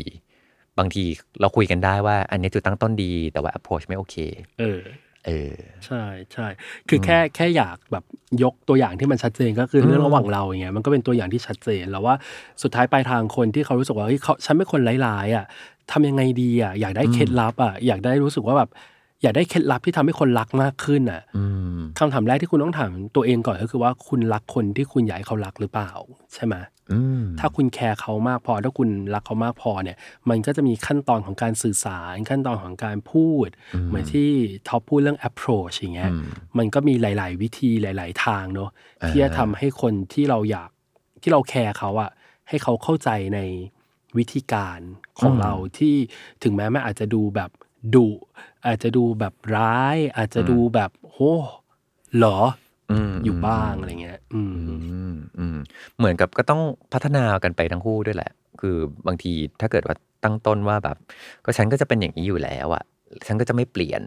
S2: บางทีเราคุยกันได้ว่า อันนี้จุดตั้งต้นดี แต่ว่า approach ไม่โอเค
S3: เออ
S2: เออ
S3: ใช่ใช่คืออแค่แค่อยากแบบยกตัวอย่างที่มันชัดเจนก็คือเรื่อง
S2: อืม
S3: ระหว่างเราอย่างเงี้ยมันก็เป็นตัวอย่างที่ชัดเจนแล้วว่าสุดท้ายปลายทางคนที่เขารู้สึกว่าเฮ้ยเขาฉันเป็นคนร้ายๆอ่ะทำยังไงดีอ่ะอยากได้เคล็ดลับอ่ะอยากได้รู้สึกว่าแบบ อยากได้เคล็ดลับที่ทำให้คนรักมากขึ้นอ่ะ
S2: อืม
S3: คำถามแรกที่คุณต้องถามตัวเองก่อนก็คือว่าคุณรักคนที่คุณอยากให้เขารักหรือเปล่า ใช่ไหม
S2: อืม
S3: ถ้าคุณแคร์เขามากพอ ถ้าคุณรักเขามากพอเนี่ย มันก็จะมีขั้นตอนของการสื่อสาร ขั้นตอนของการพูด เหมือนที่ท็อปพูดเรื่อง approach อย่างเงี้ย
S2: อืม
S3: มันก็มีหลาย ๆ วิธีหลาย ๆ ทางเนอะ
S2: อ่า
S3: ที่จะทำให้คนที่เราอยากที่เราแคร์เขาอะให้เขาเข้าใจในวิธีการของเราที่ถึงแม้มันอาจจะดูแบบดุอาจจะดูแบบร้าย อาจจะดูแบบโอ้เหรอ
S2: อืม
S3: อยู่บ้างอะไรเงี้ย อืม
S2: อืมอืมเหมือนกับก็ต้องพัฒนากันไปทั้งคู่ด้วยแหละ คือบางทีถ้าเกิดว่าตั้งต้นว่าแบบ ก็ฉันก็จะเป็นอย่างนี้อยู่แล้วอะฉันก็จะไม่เปลี่ยน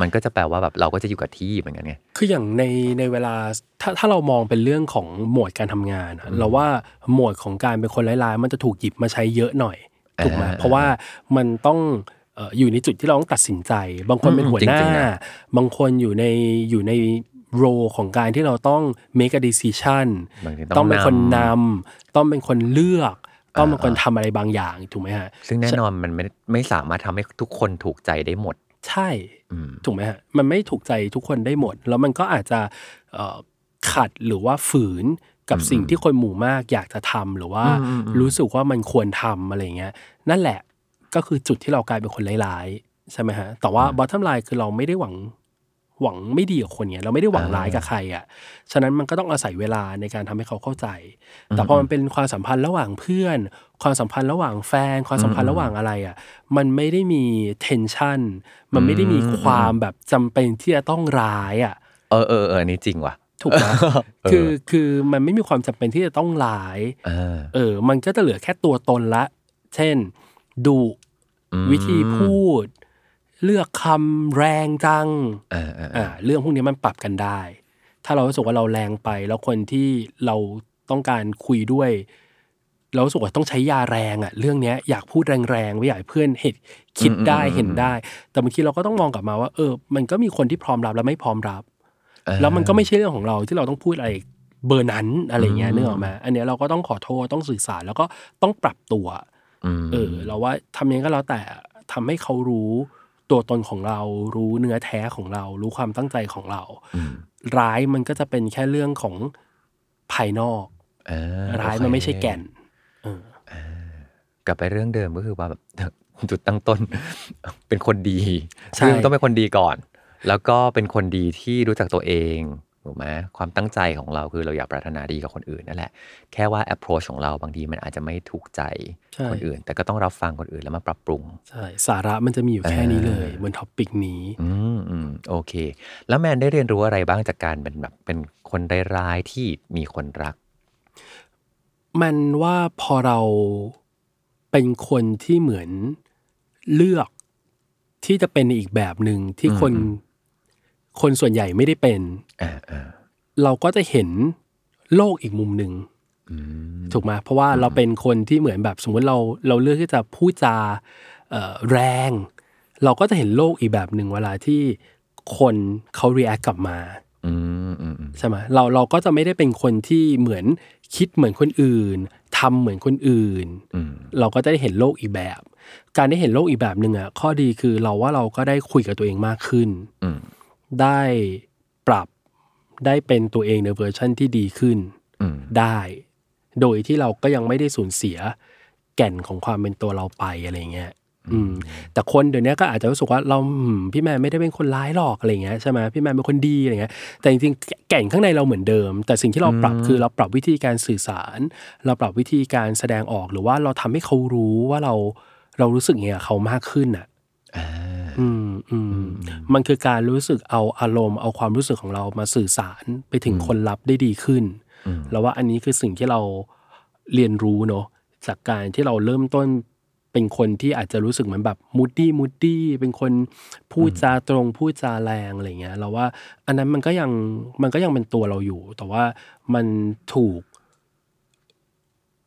S2: มันก็จะแปลว่าแบบเราก็จะอยู่กับที่เหมือนกันไง
S3: คืออย่างในในเวลาถ้าถ้าเรามองเป็นเรื่องของโหมดการทำงานอะเราว่าโหมดของการเป็นคนร้ายๆมันจะถูกหยิบมาใช้เยอะหน่อยถูกไหม
S2: อ่า
S3: เพราะว่ามันต้องเอ่ออยู่ในจุดที่เราต้องตัดสินใจ บางคนเป็น
S2: อืม
S3: หัวหน้า
S2: จริงๆนะ
S3: บางคนอยู่ในอยู่ในโรของการที่เราต้อง make a decision
S2: บางที
S3: ต้องเป็นคนน
S2: ำ
S3: ำต้องเป็นคนเลือก ต้องเป็นคนทำอะไรบางอย่างถูกไหมฮะ
S2: ซึ่งแน่นอนมันไม่ไม่สามารถทำให้ทุกคนถูกใจได้หมด
S3: ใช่
S2: อืม
S3: ถูกไหมฮะมันไม่ถูกใจทุกคนได้หมด แล้วมันก็อาจจะเอ่อขัดหรือว่าฝืนกับสิ่งที่คนหมู่มากอยากจะทำหรือว่า
S2: อืมอืมอืม
S3: รู้สึกว่ามันควรทำอะไรเงี้ยนั่นแหละก็คือจุดที่เรากลายเป็นคนร้ายๆใช่ไหมฮะแต่ว่า bottom line คือเราไม่ได้หวังหวังไม่ดีกับคนเนี้ยเราไม่ได้หวังร้ายกับใครอ่ะฉะนั้นมันก็ต้องอาศัยเวลาในการทำให้เขาเข้าใจ แต่พอมันเป็นความสัมพันธ์ระหว่างเพื่อน ความสัมพันธ์ระหว่างแฟน ความสัมพันธ์ระหว่างอะไรอ่ะ มันไม่ได้มีเทนชันมันไม่ได้มีความแบบจำเป็นที่จะต้องร้ายอ่ะ
S2: เออเออเอออันนี้จริงว่ะ
S3: ถูกไหม
S2: เออ
S3: คือคือมันไม่มีความจำเป็นที่จะต้องร้าย
S2: เออ
S3: เออ มันก็จะเหลือแค่ตัวตนละ เช่น ดุวิธีพูด เลือกคำแรงจัง
S2: เออเออเอ
S3: อ่า
S2: อ
S3: เรื่องพวกนี้มันปรับกันได้ ถ้าเรารู้สึกว่าเราแรงไป แล้วคนที่เราต้องการคุยด้วย เรารู้สึกว่าต้องใช้ยาแรงอะ่ะ เรื่องเนี้ยอยากพูดแรงๆไม่อยากให้เพื่อนเห็นคิดได้เห็นได้ แต่บางทีเราก็ต้องมองกลับมาว่า เออ มันก็มีคนที่พร้อมรับและไม่พร้อมรับ
S2: เออ
S3: แล้วมันก็ไม่ใช่เรื่องของเราที่เราต้องพูดอะไรเบอร์นั้นอะไรเงี้ยนึกออกไหมาอันเนี้ยเราก็ต้องขอโทษต้องสื่อสารแล้วก็ต้องปรับตัว
S2: อืม
S3: เออเราว่าทำยังไงก็แล้วแต่ทำให้เขารู้ตัวตนของเรา รู้เนื้อแท้ของเรา รู้ความตั้งใจของเรา ร้ายมันก็จะเป็นแค่เรื่องของภายนอก
S2: เออ
S3: ร้าย
S2: โอเค
S3: มันไม่ใช่แก่น
S2: กลับไปเรื่องเดิมก็คือว่าแบบ จุดตั้งต้น เป็นคนดี
S3: ใช่
S2: ซึ่งต้องเป็นคนดีก่อน แล้วก็เป็นคนดีที่รู้จักตัวเองถูกไหมความตั้งใจของเราคือเราอยากปรารถนาดีกับคนอื่นนั่นแหละ แค่ว่า approach ของเราบางทีมันอาจจะไม่ถูกใจ
S3: ใช่
S2: คนอื่น แต่ก็ต้องรับฟังคนอื่นแล้วมาปรับปรุง
S3: ใช่สาระมันจะมีอยู่แค่นี้เลยบนท็อปปิกนี้
S2: อืมอืมโอเค แล้วแมนได้เรียนรู้อะไรบ้างจากการเป็นแบบเป็นคนร้ายๆที่มีคนรัก
S3: มันว่าพอเราเป็นคนที่เหมือนเลือกที่จะเป็นในอีกแบบหนึ่งที่คนคนส่วนใหญ่ไม่ได้เป็น
S2: อ่าอ่า
S3: เราก็จะเห็นโลกอีกมุมหนึ่ง
S2: อืม
S3: ถูกไหมเพราะว่าเราเป็นคนที่เหมือนแบบสมมติเราเราเลือกที่จะพูดจาเอ่อแรง เราก็จะเห็นโลกอีกแบบหนึ่งเวลาที่คนเขา react กลับมา
S2: อืมอืมอืม
S3: ใช่ไหมเราเราก็จะไม่ได้เป็นคนที่เหมือนคิดเหมือนคนอื่นทำเหมือนคนอื่น
S2: อืม
S3: เราก็จะได้เห็นโลกอีกแบบ การได้เห็นโลกอีกแบบหนึ่งอ่ะข้อดีคือเราว่าเราก็ได้คุยกับตัวเองมากขึ้น
S2: อืม
S3: ได้ปรับได้เป็นตัวเองในเวอร์ชั่นที่ดีขึ้น
S2: อืม
S3: ได้ โดยที่เราก็ยังไม่ได้สูญเสียแก่นของความเป็นตัวเราไปอะไรเงี้ย อืม แต่คนเดี๋ยวนี้ก็อาจจะรู้สึกว่าเราอืมพี่แม่ไม่ได้เป็นคนร้ายหรอกอะไรเงี้ยใช่ไหมพี่แม่เป็นคนดีอะไรเงี้ย แต่จริงๆแก่นข้างในเราเหมือนเดิม แต่สิ่งที่เราปรับคือเราปรับวิธีการสื่อสาร เราปรับวิธีการแสดงออกหรือว่าเราทำให้เขารู้ว่าเราเรารู้สึกไงกับเขามากขึ้นอ่ะ อืมอืมมันคือการรู้สึกเอาอารมณ์เอาความรู้สึกของเรามาสื่อสารไปถึงคนรับได้ดีขึ้น แล้วว่าอันนี้คือสิ่งที่เราเรียนรู้เนาะจากการที่เราเริ่มต้นเป็นคนที่อาจจะรู้สึกเหมือนแบบมูดดี้มูดดี้เป็นคนพูดจาตรงพูดจาแรงอะไรเงี้ยเราว่าอันนั้นมันก็ยังมันก็ยังเป็นตัวเราอยู่ แต่ว่ามันถูก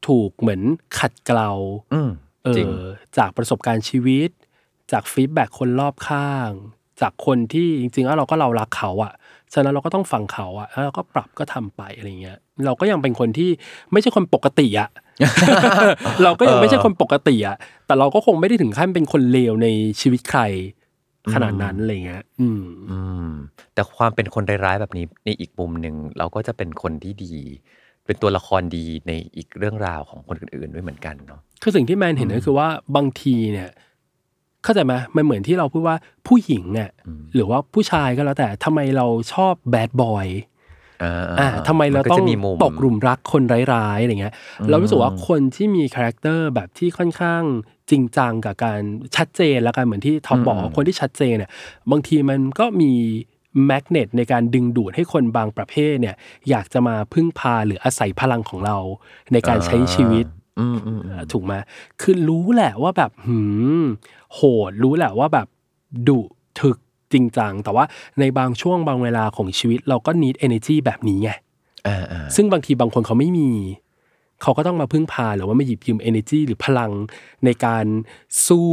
S3: ถูกเหมือนขัดเกลา
S2: อืม
S3: เอ
S2: จริง
S3: อจากประสบการณ์ชีวิต จากฟีดแบ็กคนรอบข้าง จากคนที่จริงๆแล้วเราก็เรารักเขาอะฉะนั้นเราก็ต้องฟังเขาอะแล้วเราก็ปรับก็ทำไปอะไรเงี้ย เราก็ยังเป็นคนที่ไม่ใช่คนปกติอะ เราก็ยังไม่ใช่คนปกติอะแต่เราก็คงไม่ได้ถึงขั้นเป็นคนเลวในชีวิตใคร ขนาดนั้นอะไรเงี้ย อืม
S2: อืมแต่ความเป็นคนร้ายๆแบบนี้ในอีกมุมหนึ่งเราก็จะเป็นคนที่ดี เป็นตัวละครดีในอีกเรื่องราวของคนอื่นๆด้วยเหมือนกันเนาะ
S3: คือสิ่งที่แมนเห็นก็คือว่าบางทีเนี่ย เข้าใจไหมมันเหมือนที่เราพูดว่าผู้หญิงอ่ะ
S2: อืม
S3: หรือว่าผู้ชายก็แล้วแต่ทำไมเราชอบแบดบอย
S2: อ่า
S3: อ่าทำไมเรา
S2: นก็
S3: ต้อ
S2: จะ
S3: ง
S2: มุม
S3: ตกหลุมรักคนร้ายๆอะไรเงี้ย เรารู้สึกว่าคนที่มีคาแรคเตอร์แบบที่ค่อนข้างจริงจังกับการชัดเจนและการเหมือนที่ทอมบอก
S2: อืม
S3: คนที่ชัดเจนเนี่ยบางทีมันก็มีแมกเนตในการดึงดูดให้คนบางประเภทเนี่ย อยากจะมาพึ่งพาหรืออาศัยพลังของเราในการใช้ชีวิต
S2: อืมอืมอืม
S3: ถูกไหมคือรู้แหละว่าแบบหืมโหด รู้แหละว่าแบบดุถึกจริงจัง แต่ว่าในบางช่วงบางเวลาของชีวิตเราก็ need energy แบบนี้ไง
S2: อ่าอ่า
S3: ซึ่งบางทีบางคนเขาไม่มี เขาก็ต้องมาพึ่งพาหรือว่ามาหยิบยืม energy หรือพลังในการสู้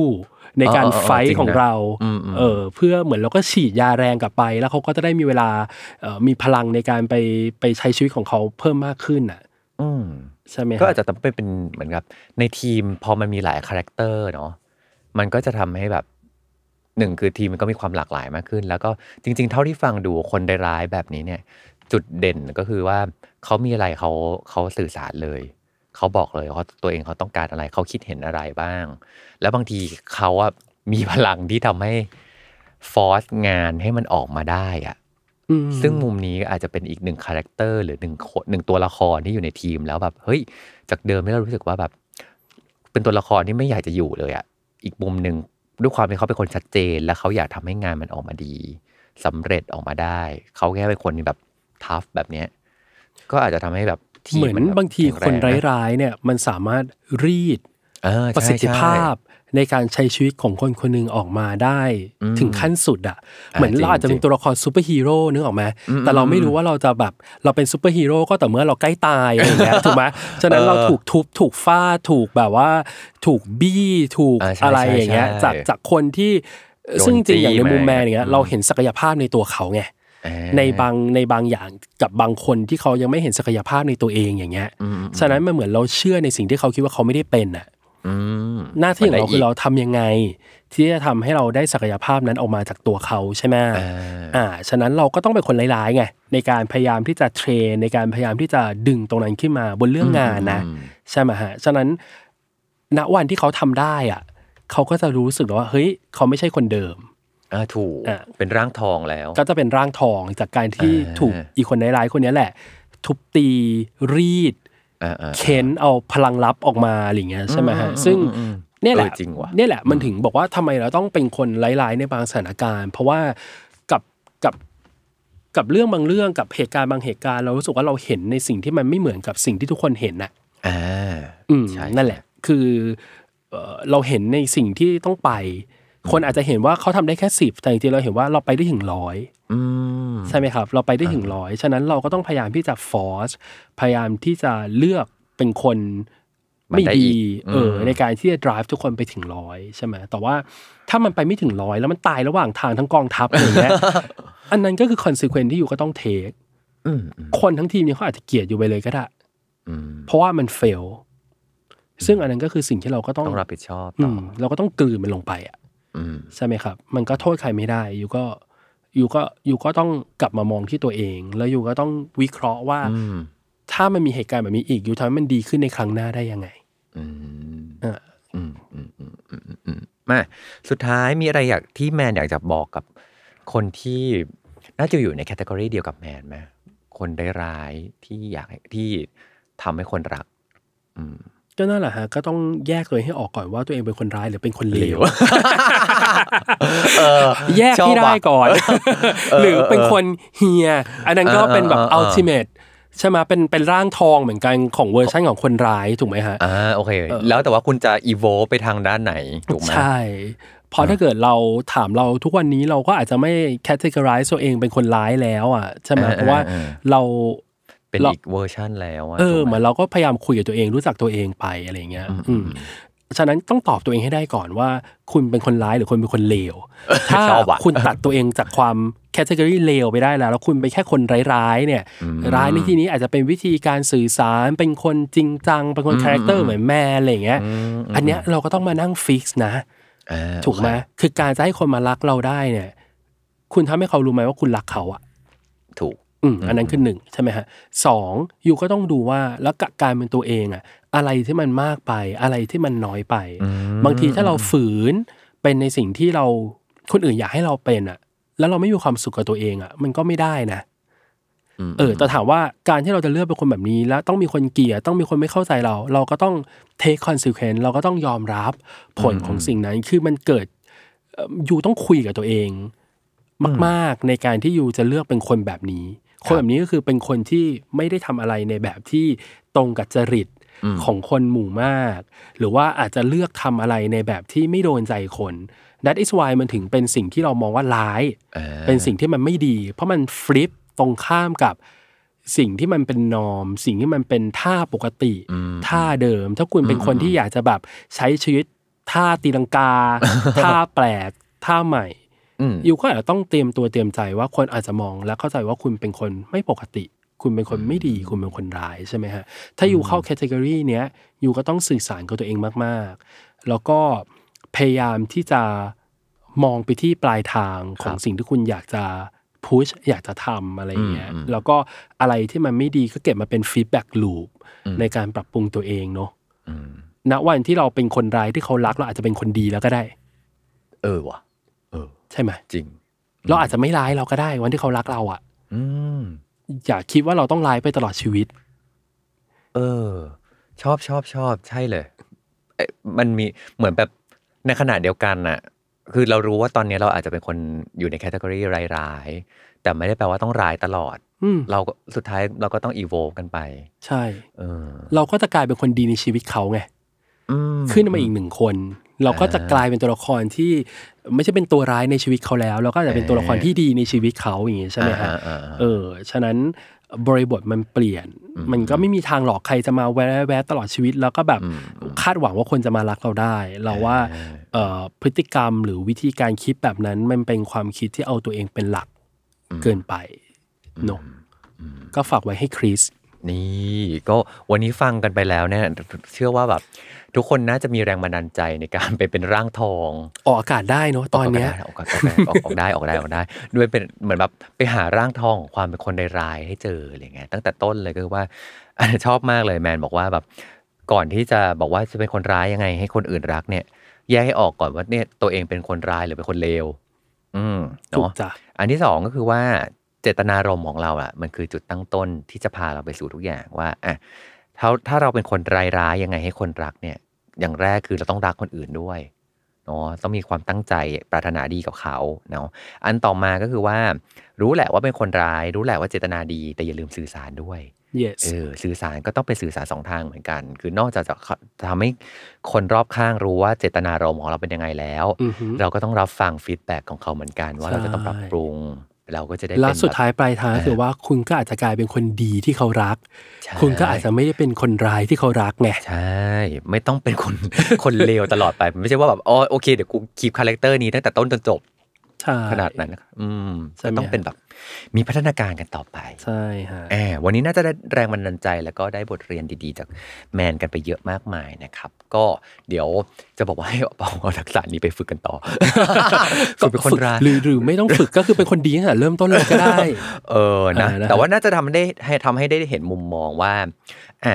S3: ในการ
S2: เเ
S3: ไฟ
S2: จ
S3: ท์
S2: นะ
S3: ของเรา
S2: อืมอืม
S3: เออเพื่อเหมือนเราก็ฉีดยาแรงกลับไป แล้วเขาก็จะได้มีเวลาเอ่อมีพลังในการไปไปใช้ชีวิตของเขาเพิ่มมากขึ้นอ่ะ
S2: อืม
S3: ใช่ไหมฮะ
S2: ก็อาจจะต้องเป็นเหมือนกับ ในทีมพอมันมีหลายคาแรคเตอร์เนาะมันก็จะทำให้แบบหนึ่งคือทีมมันก็มีความหลากหลายมากขึ้น แล้วก็จริง ๆ เท่าที่ฟังดูคนร้ายๆแบบนี้เนี่ย จุดเด่นก็คือว่าเขามีอะไรเขาเขาสื่อสารเลย เขาบอกเลยว่าตัวเองเขาต้องการอะไรเขาคิดเห็นอะไรบ้าง แล้วบางทีเขาอะมีพลังที่ทำให้ฟอร์สงานให้มันออกมาได้อะ
S3: อืม
S2: ซึ่งมุมนี้ก็อาจจะเป็นอีกหนึ่งคาแรคเตอร์หรือหนึ่งคนหนึ่งตัวละครที่อยู่ในทีมแล้วแบบเฮ้ย จากเดิมที่เรารู้สึกว่าแบบ เป็นตัวละครที่ไม่อยากจะอยู่เลยอะอีกมุมหนึ่งด้วยความที่เขาเป็นคนชัดเจน และเขาอยากทำให้งานมันออกมาดีสำเร็จออกมาได้ เขาแค่เป็นคนที่แบบทัฟแบบเนี้ยก็อาจจะทำให้แบบที
S3: เหมือ
S2: แบบ
S3: นางที
S2: แข็
S3: คน
S2: แงะ
S3: ร้ายๆเนี่ยมันสามารถรีด
S2: เออใช่
S3: ประสิทธิภา
S2: ใช่
S3: พในการใช้ชีวิตของคนคนหนึ่งออกมาได้
S2: อืม
S3: ถึงขั้นสุดอ่ะเหมือน
S2: จริง
S3: เราอาจจะ
S2: จ
S3: เป็น
S2: ริง
S3: ตัวละครซูเปอร์ฮีโร่นึกออกไหม
S2: อืม
S3: แต่เราไม่
S2: อืม
S3: รู้ว่าเราจะแบบเราเป็นซูเปอร์ฮีโร่ก็ต่อเมื่อเราใกล้ตายอะ ไรอย่างเงี้ยถูกไหมฉะนั้นเรา
S2: เออ
S3: ถูกทุบถูกฟาดถูกแบบว่า ถูกบี้ถูก
S2: อ่าใช่
S3: อะไร
S2: ใช่
S3: อย่างเงี้ย
S2: ใช่
S3: จากจากคนที่
S2: โดน
S3: ซึ่งจริงๆอย่างในมุมแมน
S2: จี้มา
S3: อย่างเงี้ย
S2: อืม
S3: เราเห็นศักยภาพในตัวเขาไง
S2: เออ
S3: ในบางในบางอย่างกับบางคนที่เขายังไม่เห็นศักยภาพในตัวเองอย่างเงี้ย
S2: อืมอืม
S3: ฉะนั้นมันเหมือนเราเชื่อในสิ่งที่เขาคิดว่าเขาไม่ได้เป็นน่ะ
S2: อืม
S3: หน้าที่ของเรา
S2: มัน
S3: คือ
S2: ได้
S3: เราทำยังไง ที่จะทำให้เราได้ศักยภาพนั้นออกมาจากตัวเขาใช่ไหม
S2: อ่า
S3: อ่า ฉะนั้นเราก็ต้องเป็นคนร้ายๆไงในการพยายามที่จะเทรนในการพยายามที่จะดึงตรงนั้นขึ้นมาบนเรื่องงานนะ
S2: อืม
S3: ใช่ไหมฮะ ฉะนั้นณวันที่เขาทำได้อ่ะเขาก็จะรู้สึกว่าเฮ้ยเขาไม่ใช่คนเดิม
S2: อ่าถูก
S3: อ่ะ
S2: เป็นร่างทองแล้ว
S3: ก็จะเป็นร่างทองจากการที่
S2: อ่า
S3: ถูกอีกคนร้ายๆคนนี้แหละ ทุบตีรีด
S2: อ่าอ่า
S3: เค้นเอาพลังลับออกมาอะไรอย่างเงี้ยใช่ไหมฮะซึ่ง
S2: อืม
S3: เนี่ยแหละ
S2: เออจริงว่ะ
S3: เนี่ยแหละมันถึงบอกว่าทำไมเราต้องเป็นคนร้ายๆในบางสถานการณ์ เพราะว่ากับกับกับเรื่องบางเรื่องกับเหตุการณ์บางเหตุการณ์เรารู้สึกว่าเราเห็นในสิ่งที่มันไม่เหมือนกับสิ่งที่ทุกคนเห็นน่ะ
S2: อ่า
S3: อืม
S2: ใช่
S3: นั่นแหละคือเอ่อเราเห็นในสิ่งที่ต้องไป คนอาจจะเห็นว่าเขาทำได้แค่สิบแต่จริงๆเราเห็นว่าเราไปได้ถึงร้อย
S2: อืม
S3: ใช่ไหมครับ เราไปได้ถึงร้อย ฉะนั้นเราก็ต้องพยายามที่จะฟอร์สพยายามที่จะเลือกเป็นคนไม่
S2: มันได้อี
S3: ดี
S2: ก
S3: เอออ
S2: ม
S3: ในการที่จะ drive ทุกคนไปถึงร้อยใช่ไหมแต่ว่าถ้ามันไปไม่ถึงร้อยแล้วมันตายระหว่างทางทั้งกองทัพอะ ไรอย่างเงี้ย อันนั้นก็คือ consequence ที่อยู่ก็ต้องเทค
S2: อืม
S3: คนทั้งทีมเนี่ยเขาอาจจะเกลียดอยู่ไปเลยก็ได้
S2: อืม
S3: เพราะว่ามัน fail ซึ่งอันนั้นก็คือสิ่งที่เราก็ต้อง
S2: ต้องรับผิดชอบ
S3: อื
S2: ต่อ
S3: มเราก็ต้องกลืนมันลงไปอ่ะ
S2: อืม
S3: ใช่ไหมครับ มันก็โทษใครไม่ได้ อยู่ก็ อยู่ก็ อยู่ก็ต้องกลับมามองที่ตัวเอง แล้วอยู่ก็ต้องวิเคราะห์ว่า
S2: อืม
S3: ถ้ามันมีเหตุการณ์แบบนี้อีก อยู่ทำให้มันดีขึ้นในครั้งหน้าได้ยังไง
S2: อืม
S3: เออ
S2: อืมอืมอืมอืมอืมอืมมาสุดท้ายมีอะไรอยากที่แมนอยากจะบอกกับคนที่น่าจะอยู่ในแคตตากรีเดียวกับแมนไหมคนได้ร้ายๆที่อยากให้ที่ทำให้คนรัก อืม
S3: ก็นั่นแหละฮะ ก็ต้องแยกตัวเองให้ออกก่อนว่าตัวเองเป็นคนร้ายหรือเป็นคนเลว
S2: เออ
S3: แยกที่
S2: ช
S3: ได้
S2: อบว่ะ
S3: ก่อน หรือเป็นคนเฮีย อันนั้นก็เป็นแบบ
S2: เออเอ
S3: อั
S2: อ
S3: ล
S2: เออ
S3: ติเมทใช่ไหมเป็น เป็นร่างทองเหมือนกันของเวอร์ชันของคนร้ายถูกไหมฮะ
S2: อ่าโอเค แล้วแต่ว่าคุณจะอีโวไปทางด้านไหนถูกไหม
S3: ใช่ เพราะถ้าเกิดเราถามเราทุกวันนี้เราก็อาจจะไม่แคตตากรายตัวเองเป็นคนร้ายแล้วอ่ะใช่ไหม
S2: เออเออ
S3: เพราะว่า
S2: เออ
S3: เรา
S2: เป็น
S3: เรา
S2: อีกเวอร์ชันแล้วะ
S3: เออ
S2: ถูก
S3: เห
S2: ไหม
S3: มือนเราก็พยายามคุยกับตัวเองรู้จักตัวเองไปอะไรอย่างเงี้ยอืมฉะนั้นต้องตอบตัวเองให้ได้ก่อนว่า คุณเป็นคนร้ายหรือคุณเป็นคนเล ว ถ้า
S2: ชอบว่ะ
S3: คุณตัดตัวเองจากความแคตตากรีเลวไปได้แล้ว แล้วคุณไปนแค่คนร้ายๆเนี่ย ร้ายในที่นี้อาจจะเป็นวิธีการสื่อสารเป็นคนจริงจังเป็นคนคาแรคเตอร์เหมือนแม่อะไรอย่างเงี้ย อันเนี้ยเราก็ต้องมานั่งฟิกซ์นะ
S2: อ่า
S3: ถูกไหมคือการจะให้คนมารักเราได้เนี่ย คุณทำให้เขารู้ไหมว่าคุณรักเขาอะ
S2: ถูก
S3: อืมอันนั้นคือหนึ่งใช่ไหมฮะสองยูก็ต้องดูว่าแล้วกะการเป็นตัวเองอะอะไรที่มันมากไป อะไรที่มันน้อยไป บางทีถ้าเราฝืนเป็นในสิ่งที่เราคนอื่นอยากให้เราเป็นอะแล้วเราไม่มีความสุขกับตัวเองอะมันก็ไม่ได้นะ
S2: อืม
S3: เออแต่ถามว่าการที่เราจะเลือกเป็นคนแบบนี้ แล้วต้องมีคนเกลียดต้องมีคนไม่เข้าใจเรา เราก็ต้อง take consequence เราก็ต้องยอมรับผลของสิ่งนั้นคือมันเกิดเอ่ออยู่ต้องคุยกับตัวเอง มาก ๆ ในการที่ยูจะเลือกเป็นคนแบบนี้ คนแบบนี้ก็คือเป็นคนที่ไม่ได้ทำอะไรในแบบที่ตรงกับจริตของคนหมู่มาก หรือว่าอาจจะเลือกทำอะไรในแบบที่ไม่โดนใจคน That is why มันถึงเป็นสิ่งที่เรามองว่าร้าย
S2: อ่า
S3: เป็นสิ่งที่มันไม่ดี เพราะมันฟลิปตรงข้ามกับสิ่งที่มันเป็นนอม สิ่งที่มันเป็นท่าปกติ ท่าเดิม ถ้าคุณเป็นคนที่อยากจะแบบใช้ชีวิตท่าตีลังกา ท่าแปลก ท่าใหม่
S2: อืม
S3: ยูก็อาจจะต้องเตรียมตัวเตรียมใจว่าคนอาจจะมองและเข้าใจว่าคุณเป็นคนไม่ปกติ คุณเป็นคนไม่ดี คุณเป็นคนร้ายใช่ไหมฮะ ถ้ายูเข้าแคตตากรีเนี้ยยูก็ต้องสื่อสารกับตัวเองมาก ๆ แล้วก็พยายามที่จะมองไปที่ปลายทางของสิ่งที่คุณอยากจะพุชอยากจะทำอะไรอย่างเงี้ย แล้วก็อะไรที่มันไม่ดีก็เก็บมาเป็นฟีดแบ็กลูปในการปรับปรุงตัวเองเนาะ
S2: อืม
S3: ณวันที่เราเป็นคนร้ายที่เขารักเราอาจจะเป็นคนดีแล้วก็ได้
S2: เออว่ะ เออ
S3: ใช่ไหม
S2: จริง
S3: เราอาจจะไม่ร้ายเราก็ได้ วันที่เขารักเราอะ
S2: อืม
S3: อย่าคิดว่าเราต้องร้ายไปตลอดชีวิต
S2: เออ ชอบชอบชอบใช่เลยเอ๊ะมันมีเหมือนแบบในขณะเดียวกันน่ะ คือเรารู้ว่าตอนนี้เราอาจจะเป็นคนอยู่ในแคตตากรีร้ายๆแต่ไม่ได้แปลว่าต้องร้ายตลอด
S3: อืม
S2: เราก็สุดท้ายเราก็ต้องอีโวกันไป
S3: ใช่
S2: เออ
S3: เราก็จะกลายเป็นคนดีในชีวิตเขาไง
S2: อืม
S3: ขึ้นมาอีกหนึ่งคน เราก็จะกลายเป็นตัวละครที่ไม่ใช่เป็นตัวร้ายในชีวิตเขาแล้ว เราก็อาจจะเป็นตัวละครที่ดีในชีวิตเขาอย่างงี้ใช่ไหมฮะ
S2: อ่าๆๆ
S3: เออ ฉะนั้นบริบทมันเปลี่ยน มันก็ไม่มีทางหรอกใครจะมาแวะแวะๆตลอดชีวิต แล้วก็แบบคาดหวังว่าคนจะมารักเราได้ เราว่าเอ่อพฤติกรรมหรือวิธีการคิดแบบนั้นมันเป็นความคิดที่เอาตัวเองเป็นหลักเกินไปเนอะก็ฝากไว้ให้คริส
S2: นี่ก็วันนี้ฟังกันไปแล้วเนี่ยเชื่อว่าแบบ ทุกคนน่าจะมีแรงบันดาลใจในการไปเป็นร่างทอง
S3: ออกอากาศได้เนอะตอนเนี้ย
S2: ออกอากาศออกอากาศออกออกได้ออกได้ออกได้ด้วยเป็นเหมือนแบบไปหาร่างทองของความเป็นคนร้ายๆให้เจออะไรเงี้ยตั้งแต่ต้นเลยก็คือว่า อันนี้ชอบมากเลยแมนบอกว่าแบบ ก่อนที่จะบอกว่าจะเป็นคนร้ายยังไง ให้คนอื่นรักเนี่ย แยกให้ออกก่อนว่าเนี่ยตัวเองเป็นคนร้ายหรือเป็นคนเลวอืม
S3: ถูก
S2: เนาะ
S3: จ้ะ
S2: อันที่สองก็คือว่าเจตนารมณ์ของเราอะมันคือจุดตั้งต้นที่จะพาเราไปสู่ทุกอย่างว่าอ่ะถ้าถ้าเราเป็นคนร้ายร้ายๆยังไงให้คนรักเนี่ย อย่างแรกคือเราต้องรักคนอื่นด้วยเนาะต้องมีความตั้งใจปรารถนาดีกับเขาเนาะอันต่อมาก็คือว่า รู้แหละว่าเป็นคนร้าย รู้แหละว่าเจตนาดีแต่อย่าลืมสื่อสารด้วย
S3: yes
S2: เออสื่อสารก็ต้องเป็นสื่อสารสองทางเหมือนกัน คือนอกจากจะทำให้คนรอบข้างรู้ว่าเจตนารมณ์ของเราเป็นยังไงแล้ว
S3: อือฮึ
S2: เราก็ต้องรับฟังฟีดแบ็กของเขาเหมือนกัน ว่า
S3: ใช่
S2: เราจะต้องปรับปรุง เราก็จะได้
S3: แล้ว
S2: เป็น
S3: สุดท้าย
S2: แบบ
S3: ปลายทาง
S2: เออ
S3: คือว่าคุณก็อาจจะกลายเป็นคนดีที่เขารัก
S2: ใช่
S3: คุณก็อาจจะไม่ได้เป็นคนร้ายที่เขารักไง
S2: ใช่ ไม่ต้องเป็นคน คนเลวตลอดไปไม่ใช่ว่าแบบอ๋อโอเคเดี๋ยวกูคีบคาแรคเตอร์นี้ตั้งแต่ต้นจนจบ
S3: ใช่
S2: ขนาดนั้นนะครับอืม
S3: ใช่
S2: ก็
S3: ไหม
S2: ต้องเป็นแบบ มีพัฒนาการกันต่อไป
S3: ใช่ฮะ
S2: แอบวันนี้น่าจะได้แรงบันดาลใจแล้วก็ได้บทเรียนดีๆ จากแมนกันไปเยอะมากมายนะครับ ก็เดี๋ยวจะบอกว่าให้ เอาทักษะนี้ไปฝึก กันต่อ ฝึกเป็นคนร้าย
S3: หรือหรือไม่ต้องฝึกก็คือเป็นคนดีตั้งแต่เริ่มต้นเลยก็ได้
S2: เออ นะ
S3: เออนะ
S2: แต่ว่าน่าจะทำได้ให้ทำให้ได้เห็นมุมมองว่าอ่ะ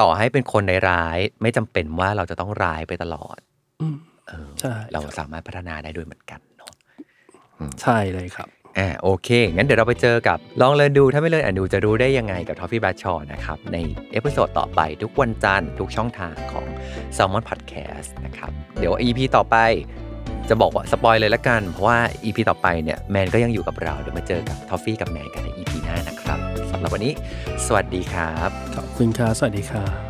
S2: ต่อให้เป็นคนร้ายๆไม่จำเป็นว่าเราจะต้องร้ายไปตลอด
S3: อืม
S2: เออ
S3: ใช่
S2: เราสามารถพัฒนาได้ด้วยเหมือนกันเนาะ
S3: ใช่เลยครับ
S2: อ่าโอเค งั้นเดี๋ยวเราไปเจอกับลองเรียนดูถ้าไม่เรียนอ่านดูจะรู้ได้ยังไงกับทอฟฟี่บาชอนะครับ ในเอพิโซดต่อไปทุกวันจันทร์ทุกช่องทางของ s ซ l m o n Podcast นะครับ เดี๋ยว EP ต่อไป จะบอกว่าสปอยเลยละกัน เพราะว่า EP ต่อไปเนี่ยแมนก็ยังอยู่กับเรา เดี๋ยวมาเจอกับทอฟฟี่กับแมนกันใน EP หน้านะครับสำหรับวันนี้ สวัสดีครับ
S3: ขอบคุณครับสวัสดีครับ